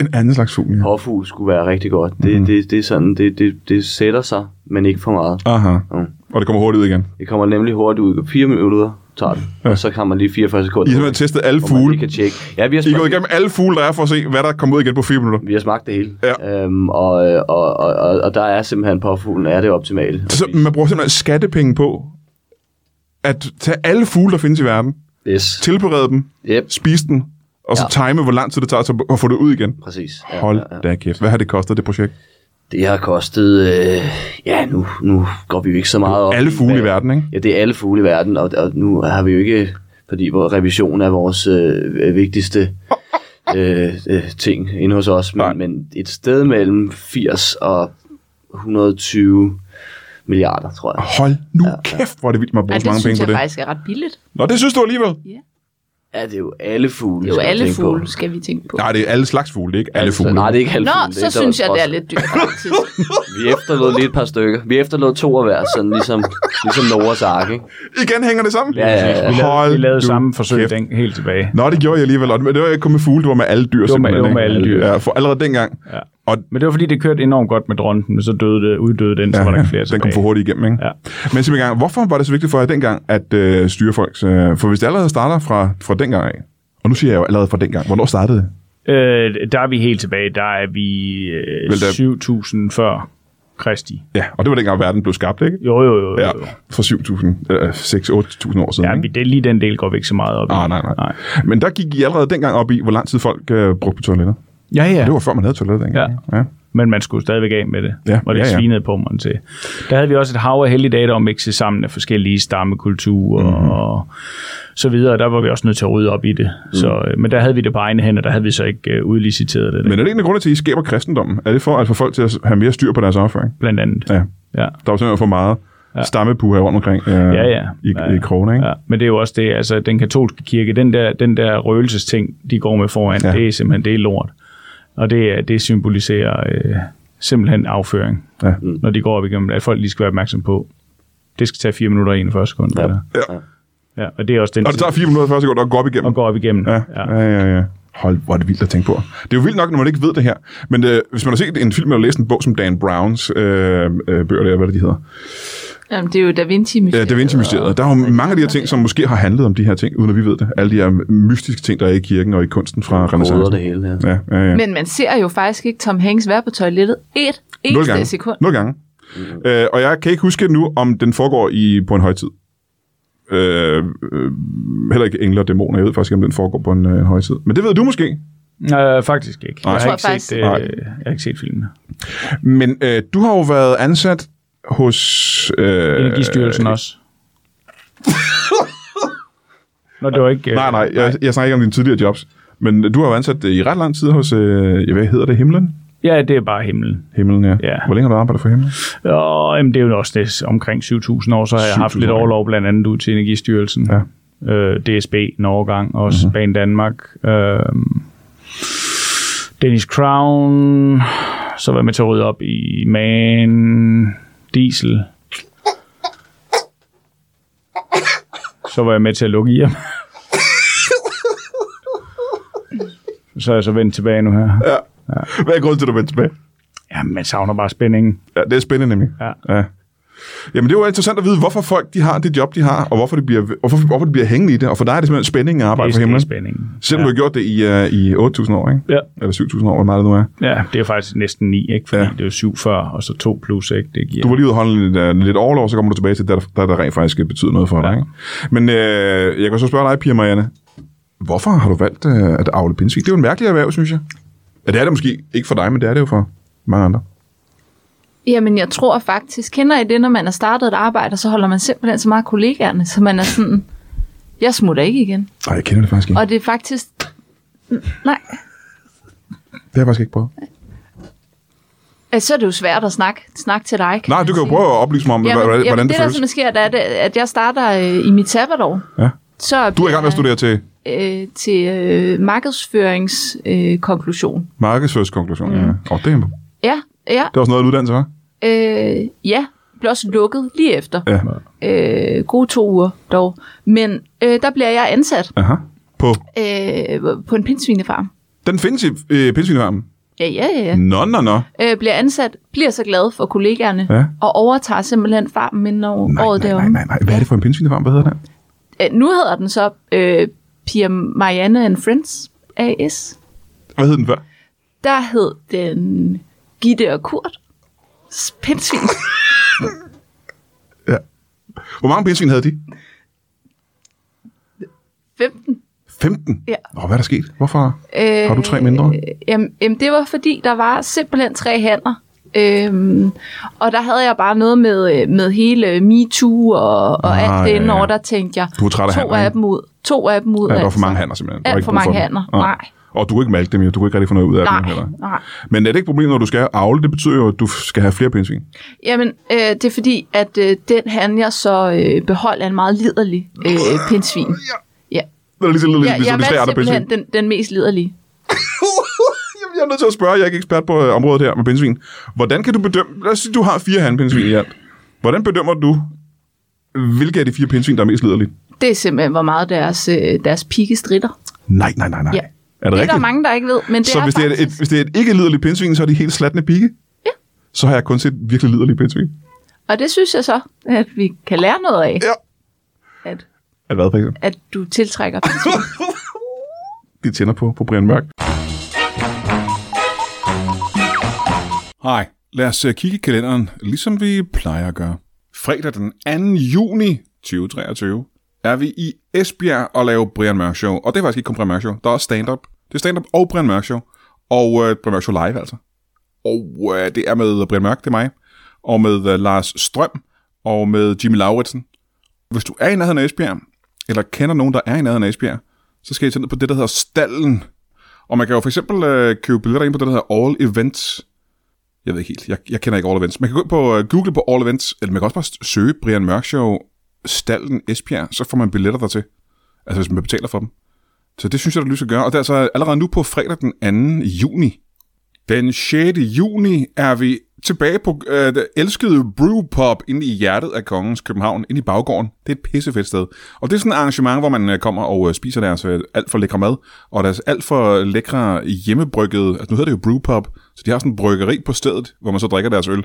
Speaker 1: En anden slags fugl, ja.
Speaker 3: Påfugl skulle være rigtig godt. Det, mm. det, det er sådan, det, det, det sætter sig, men ikke for meget.
Speaker 1: Aha.
Speaker 3: Mm.
Speaker 1: Og det kommer hurtigt ud igen.
Speaker 3: Det kommer nemlig hurtigt ud. 4 minutter tager det, og så kan man lige 44
Speaker 1: I
Speaker 3: sekunder.
Speaker 1: har simpelthen testet alle
Speaker 3: hvor man
Speaker 1: fugle.
Speaker 3: lige kan tjekke. Ja, vi har,
Speaker 1: I er gået
Speaker 3: smagt,
Speaker 1: igennem alle fugle, der er for at se, hvad der kommer ud igen på 4 minutter.
Speaker 3: vi har smagt det hele.
Speaker 1: Ja.
Speaker 3: Øhm, og, øh, og, og, og, og, der er simpelthen påfuglen, er det optimale.
Speaker 1: Så man bruger simpelthen skattepenge på at tage alle fugle, der findes i verden,
Speaker 3: Yes.
Speaker 1: tilberede dem,
Speaker 3: Yep.
Speaker 1: spise den, og så ja. time, hvor lang tid det tager til at få det ud igen.
Speaker 3: Præcis. Ja,
Speaker 1: Hold
Speaker 3: ja, ja.
Speaker 1: da kæft. Hvad har det kostet, det projekt?
Speaker 3: Det har kostet, øh, ja nu, nu går vi jo ikke så meget op.
Speaker 1: Alle fugle i
Speaker 3: hvad-
Speaker 1: verden, ikke?
Speaker 3: Ja, det er alle fugle i verden, og, og nu har vi jo ikke, fordi vores revision er vores øh, vigtigste øh, øh, ting inde hos os,
Speaker 1: Nej.
Speaker 3: men, men et sted mellem 80 og 120 milliarder, tror jeg.
Speaker 1: Hold nu ja, kæft, hvor er det vildt, man
Speaker 4: Ja,
Speaker 1: bruger så
Speaker 4: det
Speaker 1: mange
Speaker 4: synes
Speaker 1: penge
Speaker 4: jeg
Speaker 1: på det.
Speaker 4: faktisk er ret billigt.
Speaker 1: Nå, det synes du alligevel.
Speaker 3: Ja, det er jo alle fugle.
Speaker 4: Det er jo
Speaker 3: skal man
Speaker 4: alle
Speaker 3: tænke på.
Speaker 4: fugle, skal vi tænke på.
Speaker 1: Nej, det er alle slags fugle, det er ikke alle
Speaker 3: Altså,
Speaker 1: fugle.
Speaker 3: Nej, det er ikke alle
Speaker 4: Nå,
Speaker 3: fugle. er
Speaker 4: så
Speaker 3: der
Speaker 4: synes jeg, det er
Speaker 3: også-
Speaker 4: lidt dyrt faktisk.
Speaker 3: Vi efterlod lige et par stykker. Vi efterlod to af hver, sådan ligesom, ligesom Noras ark, ikke?
Speaker 1: Igen hænger det sammen?
Speaker 3: Ja, ja, ja.
Speaker 2: Vi lavede,
Speaker 1: Hold
Speaker 2: vi lavede
Speaker 1: nu
Speaker 2: samme forsøg
Speaker 1: kæft.
Speaker 2: den, helt tilbage.
Speaker 1: Nå, det gjorde jeg alligevel. og Men det var ikke kun med fugle, det var med alle dyr.
Speaker 2: var med-
Speaker 1: simpelthen,
Speaker 2: det var med
Speaker 1: ikke?
Speaker 2: alle dyr.
Speaker 1: Ja, for allerede dengang.
Speaker 2: Ja.
Speaker 1: Og
Speaker 2: Men det var fordi, det kørte enormt godt med dronten, men så døde det, uddøde den, så
Speaker 1: ja,
Speaker 2: var der ikke flere
Speaker 1: den kom
Speaker 2: tilbage.
Speaker 1: for hurtigt igennem, ikke?
Speaker 2: Ja.
Speaker 1: Men simpelthen, gang, hvorfor var det så vigtigt for jer dengang at øh, styre folks... Øh, for hvis det allerede starter fra, fra dengang af, og nu siger jeg jo allerede fra dengang, hvornår startede det?
Speaker 2: Øh, der er vi helt tilbage. Der er vi øh,
Speaker 1: Vel, der-
Speaker 2: 7.000 før Kristi.
Speaker 1: Ja, og det var dengang verden blev skabt, ikke?
Speaker 2: Jo, jo, jo. jo.
Speaker 1: Ja,
Speaker 2: jo.
Speaker 1: for 7.000, øh, 6-8.000 år siden,
Speaker 2: Ja,
Speaker 1: ikke?
Speaker 2: vi, det, lige den del går vi ikke så meget op i.
Speaker 1: Ah, nej, nej, nej. Men der gik I allerede dengang op i, hvor lang tid folk øh, brugte på toilettet.
Speaker 2: Ja, ja.
Speaker 1: Det var før, man havde toilettet dengang. Ja. ja.
Speaker 2: Men man skulle stadigvæk af med det,
Speaker 1: Ja,
Speaker 2: og det
Speaker 1: ja, ja.
Speaker 2: svinede på mig til. Der havde vi også et hav af heldige dage, der var mixet sammen af forskellige stammekulturer
Speaker 1: Mhm.
Speaker 2: mm-hmm. og så videre. Der var vi også nødt til at rydde op i det.
Speaker 1: Mhm.
Speaker 2: Mm. Så, øh, men der havde vi det på egne hænder, der havde vi så ikke øh, udliciteret det,
Speaker 1: Men
Speaker 2: men,
Speaker 1: er det en af grunde til, at I skaber kristendommen? Er det for at få folk til at have mere styr på deres afføring?
Speaker 2: blandt andet.
Speaker 1: Ja.
Speaker 2: Ja.
Speaker 1: Der var simpelthen for meget ja. stammepuha rundt omkring øh,
Speaker 2: Ja, ja.
Speaker 1: i,
Speaker 2: Ja, ja.
Speaker 1: i krogene, ikke?
Speaker 2: Ja, men det er jo også det, altså den katolske kirke, den der, den der røgelsesting, de går med foran,
Speaker 1: Ja.
Speaker 2: ja. det er simpelthen, det er lort. Og det, er- det symboliserer øh, simpelthen afføring,
Speaker 1: Ja.
Speaker 2: når de går op igennem, at folk lige skal være opmærksom på, det skal tage 4 minutter og 41 sekunder.
Speaker 3: Ja.
Speaker 2: Ja.
Speaker 1: Ja.
Speaker 2: Ja, og det er også den
Speaker 1: Og det tager 4 minutter første sekund at gå op igennem.
Speaker 2: og går op igennem.
Speaker 1: Ja, ja, ja. ja. Hold, hvor er det vildt at tænke på. Det er jo vildt nok, når man ikke ved det her. Men øh, hvis man har set en film eller læst en bog som Dan Browns øh, øh, bøger, der, hvad er det, de hedder,
Speaker 4: Jamen, det er jo Da vinci
Speaker 1: Ja, Da Vinci-mysteriet. Der er jo mange af de her ting, som måske har handlet om de her ting, uden at vi ved det. Alle de her mystiske ting, der er i kirken og i kunsten fra
Speaker 3: Koder det
Speaker 1: renaissancen.
Speaker 3: hele, ja.
Speaker 1: Ja, ja, ja.
Speaker 4: Men man ser jo faktisk ikke Tom Hanks være på toilettet et
Speaker 1: Nul
Speaker 4: eneste
Speaker 1: gange.
Speaker 4: sekund.
Speaker 1: Nul gange. Øh, og jeg kan ikke huske nu, om den foregår i, på en højtid. Øh, øh, heller ikke engler og dæmoner. Jeg ved faktisk ikke, om den foregår på en, øh, en højtid. Men det ved du måske.
Speaker 2: Ja. Øh, faktisk ikke. Jeg,
Speaker 4: tror
Speaker 2: har ikke
Speaker 4: faktisk-
Speaker 2: set, øh,
Speaker 1: Nej.
Speaker 2: jeg har ikke set filmen.
Speaker 1: Men øh, du har jo været ansat hos... Øh,
Speaker 2: Energistyrelsen også. Nå, det var ikke... øh,
Speaker 1: Nej, nej, jeg, jeg snakker ikke om dine tidligere jobs. Men du har jo ansat øh, i ret lang tid hos, øh, ja, hvad hedder det, Himlen?
Speaker 2: Ja, det er bare himlen.
Speaker 1: Himlen, ja.
Speaker 2: Ja.
Speaker 1: Hvor længe har du arbejdet for Himlen?
Speaker 2: Og, jamen, det er jo også det, omkring 7.000 år, så har jeg haft
Speaker 1: 7.000
Speaker 2: lidt
Speaker 1: år.
Speaker 2: overlov blandt andet ud til Energistyrelsen.
Speaker 1: Ja. Mhm.
Speaker 2: Øh, DSB, en overgang, også mm-hmm. Banen Danmark. Øh, Dennis Crown, så var jeg med til at rydde op i Man, Diesel. Så var jeg med til at lukke hjem. så er jeg så vendt tilbage nu her.
Speaker 1: Ja. Hvad er grunden til, at du vendte tilbage?
Speaker 2: Jamen, man savner bare spændingen.
Speaker 1: Ja, det er spændende nemlig.
Speaker 2: Ja.
Speaker 1: ja. Jamen, det er jo interessant at vide, hvorfor folk de har det job, de har, og hvorfor de bliver, hvorfor, hvorfor de bliver hængende i det. Og for dig er det simpelthen spændingen at arbejde
Speaker 2: Det
Speaker 1: for
Speaker 2: er- det er
Speaker 1: Himlen.
Speaker 2: spændingen.
Speaker 1: Selvom ja. du har gjort det i, uh, i 8.000 år, ikke?
Speaker 2: Ja.
Speaker 1: Eller 7.000 år, hvor meget det nu er.
Speaker 2: Ja, det er faktisk næsten 9, ikke? Fordi
Speaker 1: Ja.
Speaker 2: ja. det er jo 7 før, og så 2 plus, ikke? Det giver...
Speaker 1: Du var lige ude og holde lidt, uh, lidt overlov, så kommer du tilbage til det, der, der rent faktisk betyder noget for ja. dig. Ikke? Men uh, jeg kan så spørge dig, Pia Marianne. Hvorfor har du valgt uh, at avle pindsvin? Det er jo en mærkelig erhverv, synes jeg. Ja, det er det måske ikke for dig, men det er det jo for mange andre.
Speaker 4: Jamen, jeg tror faktisk, kender I det, når man har startet et arbejde, og så holder man simpelthen så meget af kollegaerne, så man er sådan, jeg smutter ikke igen.
Speaker 1: Nej, jeg kender det faktisk ikke.
Speaker 4: Og det er faktisk, nej,
Speaker 1: Det har jeg faktisk ikke prøvet.
Speaker 4: altså, så er det jo svært at snakke, snakke til dig. Kan
Speaker 1: Nej,
Speaker 4: man
Speaker 1: du kan jo
Speaker 4: sige.
Speaker 1: prøve at oplyse mig om, jamen, hvordan,
Speaker 4: jamen,
Speaker 1: hvordan det, det
Speaker 4: det, der
Speaker 1: føles.
Speaker 4: simpelthen sker, det er, det, at jeg starter øh, i mit sabbatår.
Speaker 1: Ja.
Speaker 4: Så
Speaker 1: Du er i gang med at studere til
Speaker 4: øh, til øh, markedsføringskonklusion. Øh, konklusion.
Speaker 1: markedsførskonklusion. Mm. Ja. Og det, er-
Speaker 4: ja, ja,
Speaker 1: det er også noget af en uddannelse, hva'?
Speaker 4: øh, ja. Blev også lukket lige efter.
Speaker 1: Ja.
Speaker 4: Øh, gode to uger dog. Men øh, der bliver jeg ansat
Speaker 1: Aha. På,
Speaker 4: øh, på en pindsvinefarm.
Speaker 1: den findes i øh, pindsvinefarmen.
Speaker 4: Ja, ja, ja. ja.
Speaker 1: Nå, nå, nå.
Speaker 4: Øh, bliver ansat, bliver så glad for kollegaerne,
Speaker 1: Ja.
Speaker 4: og overtager simpelthen farmen inden over
Speaker 1: Nej,
Speaker 4: året
Speaker 1: nej,
Speaker 4: derom.
Speaker 1: nej, nej, nej. Hvad er det for en pindsvinefarm? Hvad hedder den?
Speaker 4: Øh, nu hedder den så øh, Pia Marianne and Friends AS.
Speaker 1: Hvad hed den før?
Speaker 4: Der hed den Gitte og Kurt. Pindsvin.
Speaker 1: Ja. Hvor mange pindsvin havde de?
Speaker 4: 15.
Speaker 1: 15?
Speaker 4: Ja.
Speaker 1: Nå, hvad er der sket? Hvorfor
Speaker 4: Øh,
Speaker 1: har du tre mindre?
Speaker 4: Jamen, jamen, det var fordi, der var simpelthen tre hænder. Øhm, og der havde jeg bare noget med, øh, med hele MeToo og, og
Speaker 1: Ah,
Speaker 4: alt det
Speaker 1: ja,
Speaker 4: indenover,
Speaker 1: ja.
Speaker 4: der tænkte jeg,
Speaker 1: Du var træt af
Speaker 4: to
Speaker 1: hanner,
Speaker 4: af
Speaker 1: ikke?
Speaker 4: dem ud. To af dem ud.
Speaker 1: Ja, der var
Speaker 4: altså.
Speaker 1: for mange hanner, simpelthen. Der var
Speaker 4: Alt
Speaker 1: ikke
Speaker 4: for
Speaker 1: brug
Speaker 4: mange
Speaker 1: dem. Ah,
Speaker 4: hanner,
Speaker 1: Ja.
Speaker 4: nej.
Speaker 1: Og du kunne ikke mælke dem, jo. Du kunne ikke rigtig få noget ud af dem.
Speaker 4: Nej,
Speaker 1: Heller.
Speaker 4: nej.
Speaker 1: Men er det ikke et problem, når du skal avle? Det betyder jo, at du skal have flere pindsvin.
Speaker 4: Jamen, øh, det er fordi, at øh, den han jeg så øh, beholdt er en meget liderlig øh, pindsvin. Ja, ja.
Speaker 1: Det er lige så lidt,
Speaker 4: Jeg,
Speaker 1: ligesom
Speaker 4: jeg
Speaker 1: de tre
Speaker 4: valgte
Speaker 1: andre pindsvin.
Speaker 4: simpelthen den, den mest liderlige.
Speaker 1: Jamen, jeg er nødt til at spørge, jeg er ikke ekspert på øh, området her med pindsvin. Hvordan kan du bedømme, lad os sige, du har fire handpindsvin i alt. Hvordan bedømmer du, hvilke af de fire pindsvin, der er mest liderlige?
Speaker 4: Det er simpelthen, hvor meget deres, øh, deres pigge stritter.
Speaker 1: Nej, nej, nej, nej.
Speaker 4: Ja.
Speaker 1: Er det,
Speaker 4: Det er der
Speaker 1: rigtigt?
Speaker 4: mange, der ikke ved, men det
Speaker 1: så
Speaker 4: er
Speaker 1: hvis,
Speaker 4: faktisk...
Speaker 1: det er et, hvis det er et ikke liderligt pindsvin, så er de helt slatne pigge?
Speaker 4: Ja.
Speaker 1: Så har jeg kun set virkelig liderlige pindsvin.
Speaker 4: Og det synes jeg så, at vi kan lære noget af,
Speaker 1: Ja.
Speaker 4: at,
Speaker 1: At hvad, for eksempel?
Speaker 4: at du tiltrækker pindsvin.
Speaker 1: De tænder på, på Brian Mørk. Hej, lad os øh, kigge i kalenderen, ligesom vi plejer at gøre. Fredag den 2. juni 2023 er vi i Esbjerg og laver Brian Mørk Show. Og det er faktisk ikke kun Brian Mørk Show, der er også stand-up. Det er stand-up og Brian Mørk Show. Og øh, Brian Mørk Show live altså. Og øh, det er med Brian Mørk, det er mig. Og med øh, Lars Strøm. Og med Jimmy Lauritsen. Hvis du er i nærheden af Esbjerg, eller kender nogen, der er i nærheden af Esbjerg, så skal I tage ned på det, der hedder Stallen. Og man kan jo for eksempel øh, købe billetter ind på det, der hedder All Events. Jeg ved ikke helt, jeg, jeg kender ikke All Events. Man kan gå ind på øh, Google på All Events, eller man kan også bare søge Brian Mørk Show Stallen Esbjerg, så får man billetter dertil. Altså hvis man betaler for dem. Så det synes jeg, du lige skal gøre. Og det er altså allerede nu på fredag den 2. juni. Den 6. juni er vi tilbage på øh, det elskede Brewpub inde i hjertet af Kongens København, inde i baggården. Det er et pissefedt sted. Og det er sådan et arrangement, hvor man øh, kommer og øh, spiser deres øh, alt for lækre mad, og deres alt for lækre hjemmebryggede, altså nu hedder det jo Brewpub, så de har sådan en bryggeri på stedet, hvor man så drikker deres øl.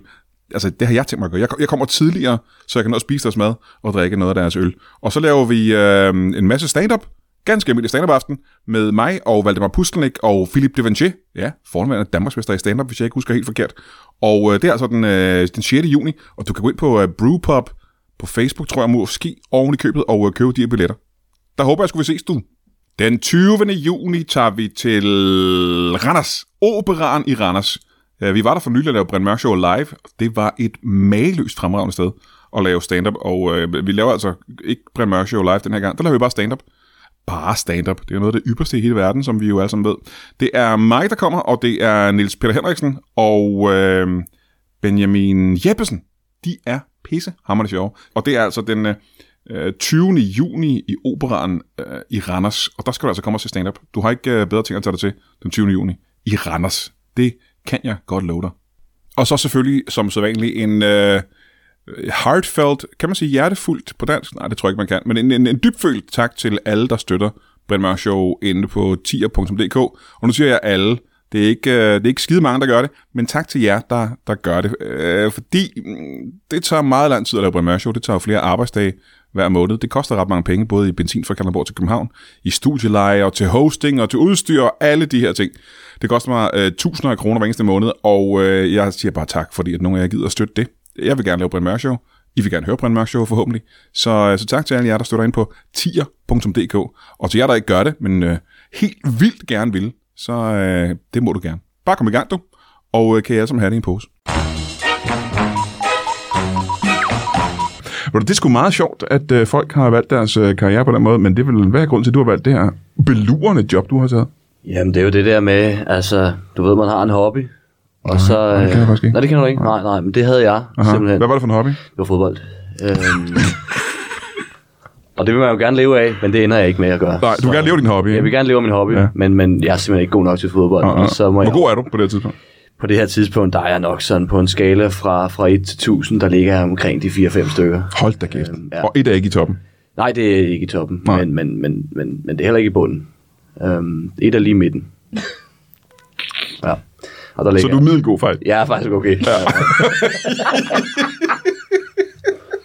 Speaker 1: Altså, det har jeg tænkt mig at gøre. Jeg, jeg kommer tidligere, så jeg kan nå at spise deres mad og drikke noget af deres øl. Og så laver vi øh, en masse stand-up, ganske almindelig stand-up-aften med mig og Valdemar Pustelnik og Philip Devanché, ja, forhåndværende Danmarksmester i stand-up, hvis jeg ikke husker helt forkert. Og øh, det er altså den, øh, den 6. juni, og du kan gå ind på øh, Brewpub på Facebook, tror jeg, måske oven i købet og øh, købe de her billetter. Der håber jeg, skulle vi ses, du. Den 20. juni tager vi til Randers. Operaren i Randers. Ja, Vi var der for nylig at lave Brian Mørk Show live. Det var et mageløst fremragende sted at lave stand-up. Og øh, vi laver altså ikke Brian Mørk Show live den her gang. Der laver vi bare stand-up. bare stand-up. Det er noget af det ypperste i hele verden, som vi jo alle sammen ved. Det er mig, der kommer, og det er Niels Peter Henriksen og øh, Benjamin Jeppesen. De er pisse hammerende sjove. Og det er altså den øh, 20. juni i Operan øh, i Randers. Og der skal du altså komme og se stand-up. Du har ikke øh, bedre ting at tage dig til den 20. juni i Randers. Det kan jeg godt love dig. Og så selvfølgelig, som sædvanligt, en... Øh, heartfelt, kan man sige hjertefuldt på dansk? Nej, det tror jeg ikke, man kan. Men en, en, en dybfølt tak til alle, der støtter Brian Mørk Show inde på tier.dk. Og nu siger jeg alle. Det er ikke, øh, det er ikke skide mange, der gør det, men tak til jer, der, der gør det. Øh, fordi mm, det tager meget lang tid at lave Brian Mørk Show. Det tager jo flere arbejdsdage hver måned. Det koster ret mange penge, både i benzin fra Kalundborg til København, i studieleje og til hosting og til udstyr og alle de her ting. Det koster mig øh, tusinder af kroner hver eneste måned, og øh, jeg siger bare tak, fordi at nogle af jer gider at støtte det jeg vil gerne lave Brian Mørk Show. I vil gerne høre Brian Mørk Show forhåbentlig. Så, øh, så tak til alle jer, der støtter ind på tier.dk. Og til jer, der ikke gør det, men øh, helt vildt gerne vil, så øh, det må du gerne. Bare kom i gang, du. Og øh, kan I alle sammen have det i en pose. Ved du, Det er sgu meget sjovt, at øh, folk har valgt deres øh, karriere på den måde, men det vil, hvad er grunden til, at du har valgt det her belurende job, du har taget?
Speaker 3: Jamen, det er jo det der med, altså, du ved, man har en hobby, og nej, så...
Speaker 1: det kan jeg faktisk ikke.
Speaker 3: Nej, det kan du ikke. Nej, nej, men det havde jeg Aha. simpelthen.
Speaker 1: Hvad var det for en hobby?
Speaker 3: Det var fodbold. Øhm, og det vil man jo gerne leve af, men det ender jeg ikke med at gøre.
Speaker 1: Nej, du vil
Speaker 3: Så-
Speaker 1: gerne leve din hobby.
Speaker 3: Jeg vil gerne leve af min hobby,
Speaker 1: Ja.
Speaker 3: ja. men, men jeg er simpelthen ikke god nok til fodbold.
Speaker 1: Ah, ah.
Speaker 3: Og så må jeg,
Speaker 1: Hvor god er du på det her tidspunkt?
Speaker 3: På det her tidspunkt, der er jeg nok sådan på en skala fra, fra 1 til 1000, der ligger jeg omkring de 4-5 stykker.
Speaker 1: Hold da kæft.
Speaker 3: Øhm, ja.
Speaker 1: Og et er ikke i toppen.
Speaker 3: Nej, det er ikke i toppen,
Speaker 1: Nej.
Speaker 3: men, men, men, men, men det er heller ikke i bunden. Øhm, et er lige i midten. Ja. Og der ligger
Speaker 1: Så du er middelgod faktisk.
Speaker 3: Jeg er faktisk okay. Ja.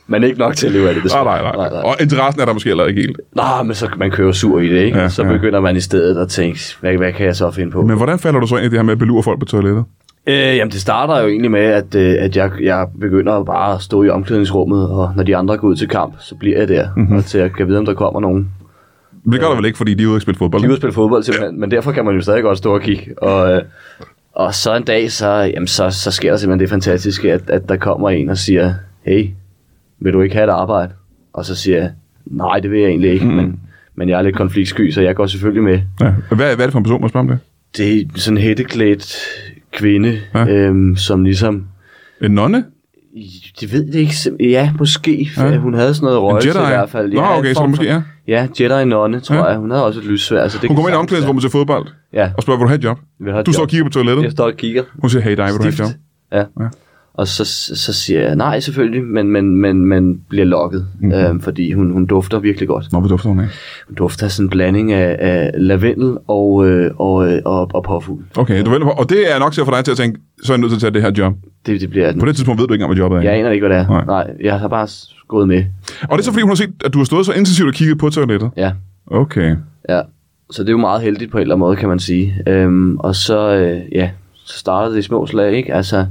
Speaker 3: men ikke nok til at leve af
Speaker 1: Nej,
Speaker 3: det. desværre.
Speaker 1: nej, nej, nej. Og interessen er der måske heller ikke helt.
Speaker 3: Nå, men så man kører sur i det, ikke?
Speaker 1: Ja,
Speaker 3: Ja, så
Speaker 1: ja.
Speaker 3: begynder man i stedet at tænke, hvad, hvad kan jeg så finde på?
Speaker 1: Men hvordan falder du så ind i det her med at belure folk på toilettet?
Speaker 3: Øh, jamen, det starter jo egentlig med, at, øh, at jeg, jeg begynder bare at stå i omklædningsrummet, og når de andre går ud til kamp, så bliver jeg der,
Speaker 1: Mhm.
Speaker 3: mm-hmm. og til at kan vide, om der kommer nogen.
Speaker 1: Men det gør der vel ikke, fordi de er ude og spille fodbold.
Speaker 3: De er ude at spille fodbold simpelthen, men derfor kan man jo stadig godt stå og kigge. Og, øh, og så en dag, så, jamen, så, så sker der simpelthen det fantastiske, at, at der kommer en og siger, hey, vil du ikke have et arbejde? Og så siger jeg, nej, det vil jeg egentlig ikke, mm. men, men jeg er lidt konfliktsky, så jeg går selvfølgelig med.
Speaker 1: Ja. Hvad, hvad er det for en person, man spørger om det?
Speaker 3: Det er sådan en hætteklædt kvinde,
Speaker 1: Ja.
Speaker 3: ja. øhm, som ligesom
Speaker 1: En nonne?
Speaker 3: Det ved det ikke. sim- Ja, måske.
Speaker 1: Ja.
Speaker 3: Ja. Hun havde sådan noget røgelse i
Speaker 1: Jedi?
Speaker 3: hvert fald.
Speaker 1: Nå,
Speaker 3: Ja, en
Speaker 1: okay, så
Speaker 3: form
Speaker 1: det måske
Speaker 3: for-
Speaker 1: er.
Speaker 3: Ja, Jedi-nonne, tror
Speaker 1: Ja.
Speaker 3: ja. jeg. Hun havde også et lyssvær. Så det
Speaker 1: Hun
Speaker 3: kan
Speaker 1: kommer ind i
Speaker 3: sagtens
Speaker 1: omklædningsrummet til fodbold
Speaker 3: være. Ja,
Speaker 1: og spørger, vil du have et job?
Speaker 3: vil have
Speaker 1: Du står og kigger på toilettet.
Speaker 3: Jeg står og kigger.
Speaker 1: Hun siger, hey dig, vil du have et job?
Speaker 3: Stift. Ja.
Speaker 1: Ja.
Speaker 3: ja. Og så, så siger jeg, nej selvfølgelig, men, men, men, men bliver lokket,
Speaker 1: Mhm.
Speaker 3: mm-hmm. øhm, fordi hun, hun dufter virkelig godt.
Speaker 1: Nå, hvad dufter hun af?
Speaker 3: Hun dufter af sådan en blanding af, af lavendel og, øh, og, øh, og, og påfugl.
Speaker 1: Okay, du vælger på. Og det er nok til at få dig til at tænke, så er jeg nødt til at tage det her job.
Speaker 3: Det, det bliver den.
Speaker 1: På det tidspunkt ved du ikke engang, hvad jobbet er.
Speaker 3: Jeg aner ikke, hvad det er.
Speaker 1: Nej.
Speaker 3: Nej. nej, jeg har bare s- gået med.
Speaker 1: Og det er så fordi, hun har set, at du har stået så intensivt og kigget på toilettet.
Speaker 3: Ja.
Speaker 1: Okay.
Speaker 3: Ja, så det er jo meget heldigt på en eller anden måde, kan man sige. Øhm, og så, øh, ja, så startede det i små slag, ikke? Altså,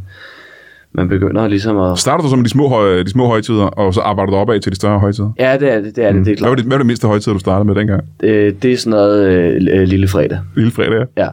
Speaker 3: man begynder ligesom at...
Speaker 1: Starter du så med de små, høj, de små højtider, og så arbejder du opad til de større højtider?
Speaker 3: Ja, det er det, det er det, det er
Speaker 1: Hvad var
Speaker 3: klart.
Speaker 1: det, hvad var det mindste højtid, du startede med dengang?
Speaker 3: Øh, det er sådan noget øh, øh, lille fredag.
Speaker 1: Lille fredag, ja.
Speaker 3: Ja,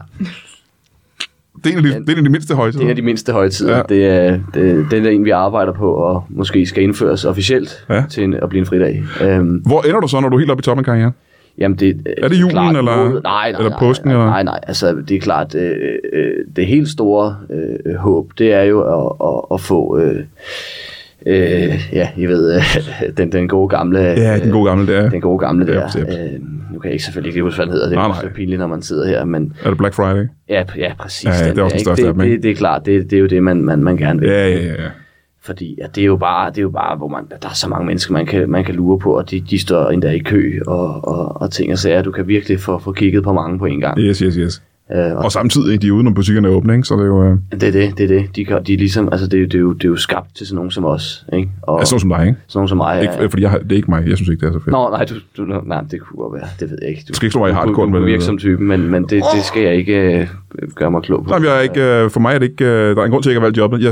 Speaker 1: Det er en af de, det er en af de mindste højtider.
Speaker 3: det er en af de mindste højtider.
Speaker 1: Ja.
Speaker 3: Ja. Det, er, det, det er en, vi arbejder på, og måske skal indføres officielt
Speaker 1: Ja.
Speaker 3: ja. til en, at blive en fridag. Øhm,
Speaker 1: Hvor ender du så, når du er helt oppe i toppen af karrieren?
Speaker 3: Jamen det,
Speaker 1: Er det julen, eller-
Speaker 3: målet- nej, nej,
Speaker 1: eller
Speaker 3: nej,
Speaker 1: påsken,
Speaker 3: Nej,
Speaker 1: eller?
Speaker 3: nej, nej, altså det er klart, øh, øh, det helt store øh, håb, det er jo at, at, at få, øh, øh, ja, jeg ved, øh, den, den gode gamle... øh,
Speaker 1: Ja, den gode gamle, det er.
Speaker 3: Den gode gamle
Speaker 1: Ja,
Speaker 3: der.
Speaker 1: bestemt.
Speaker 3: Øh, nu kan jeg ikke selvfølgelig ikke huske, hvad den hedder. Det er
Speaker 1: Nej,
Speaker 3: nej,
Speaker 1: nej.
Speaker 3: nej. pinligt, når man sidder her, men
Speaker 1: Er det Black Friday?
Speaker 3: ja, p- ja præcis.
Speaker 1: Ja, ja, det er
Speaker 3: der,
Speaker 1: også den
Speaker 3: ikke?
Speaker 1: største af dem,
Speaker 3: det,
Speaker 1: ikke?
Speaker 3: det, det, er klart, det, det er jo det, man, man, man gerne vil.
Speaker 1: Ja, ja, ja, ja.
Speaker 3: Fordi at det er jo bare, det er jo bare hvor man, der er så mange mennesker, man kan, man kan lure på, og de, de står endda i kø og, og, og ting og sager. Du kan virkelig få, få kigget på mange på en gang.
Speaker 1: Yes, yes, yes.
Speaker 3: Øh, og
Speaker 1: Og samtidig, de er ude, når butikkerne er åbne, ikke? Så det er jo... Øh,
Speaker 3: det er det, det er det. De, kan, de er ligesom, altså det, er jo- det, er jo, det er jo skabt til sådan nogen som os, ikke? Og
Speaker 1: altså, sådan
Speaker 3: sådan
Speaker 1: som dig, ikke?
Speaker 3: nogen som mig.
Speaker 1: ikke
Speaker 3: er-
Speaker 1: fordi jeg, har- det er ikke mig. Jeg synes ikke, det er så fedt.
Speaker 3: Nå, nej, du, du, nå, nej, det kunne godt være. Det ved jeg ikke. Du
Speaker 1: skal ikke slå mig i hardcore,
Speaker 3: Du,
Speaker 1: men-
Speaker 3: du, du virker som typen, men, men det, det skal jeg ikke øh, gøre mig klog på.
Speaker 1: Nej, men jeg er ikke, øh, for mig er det ikke... Øh, der er en grund til, at jeg ikke har valgt jobbet.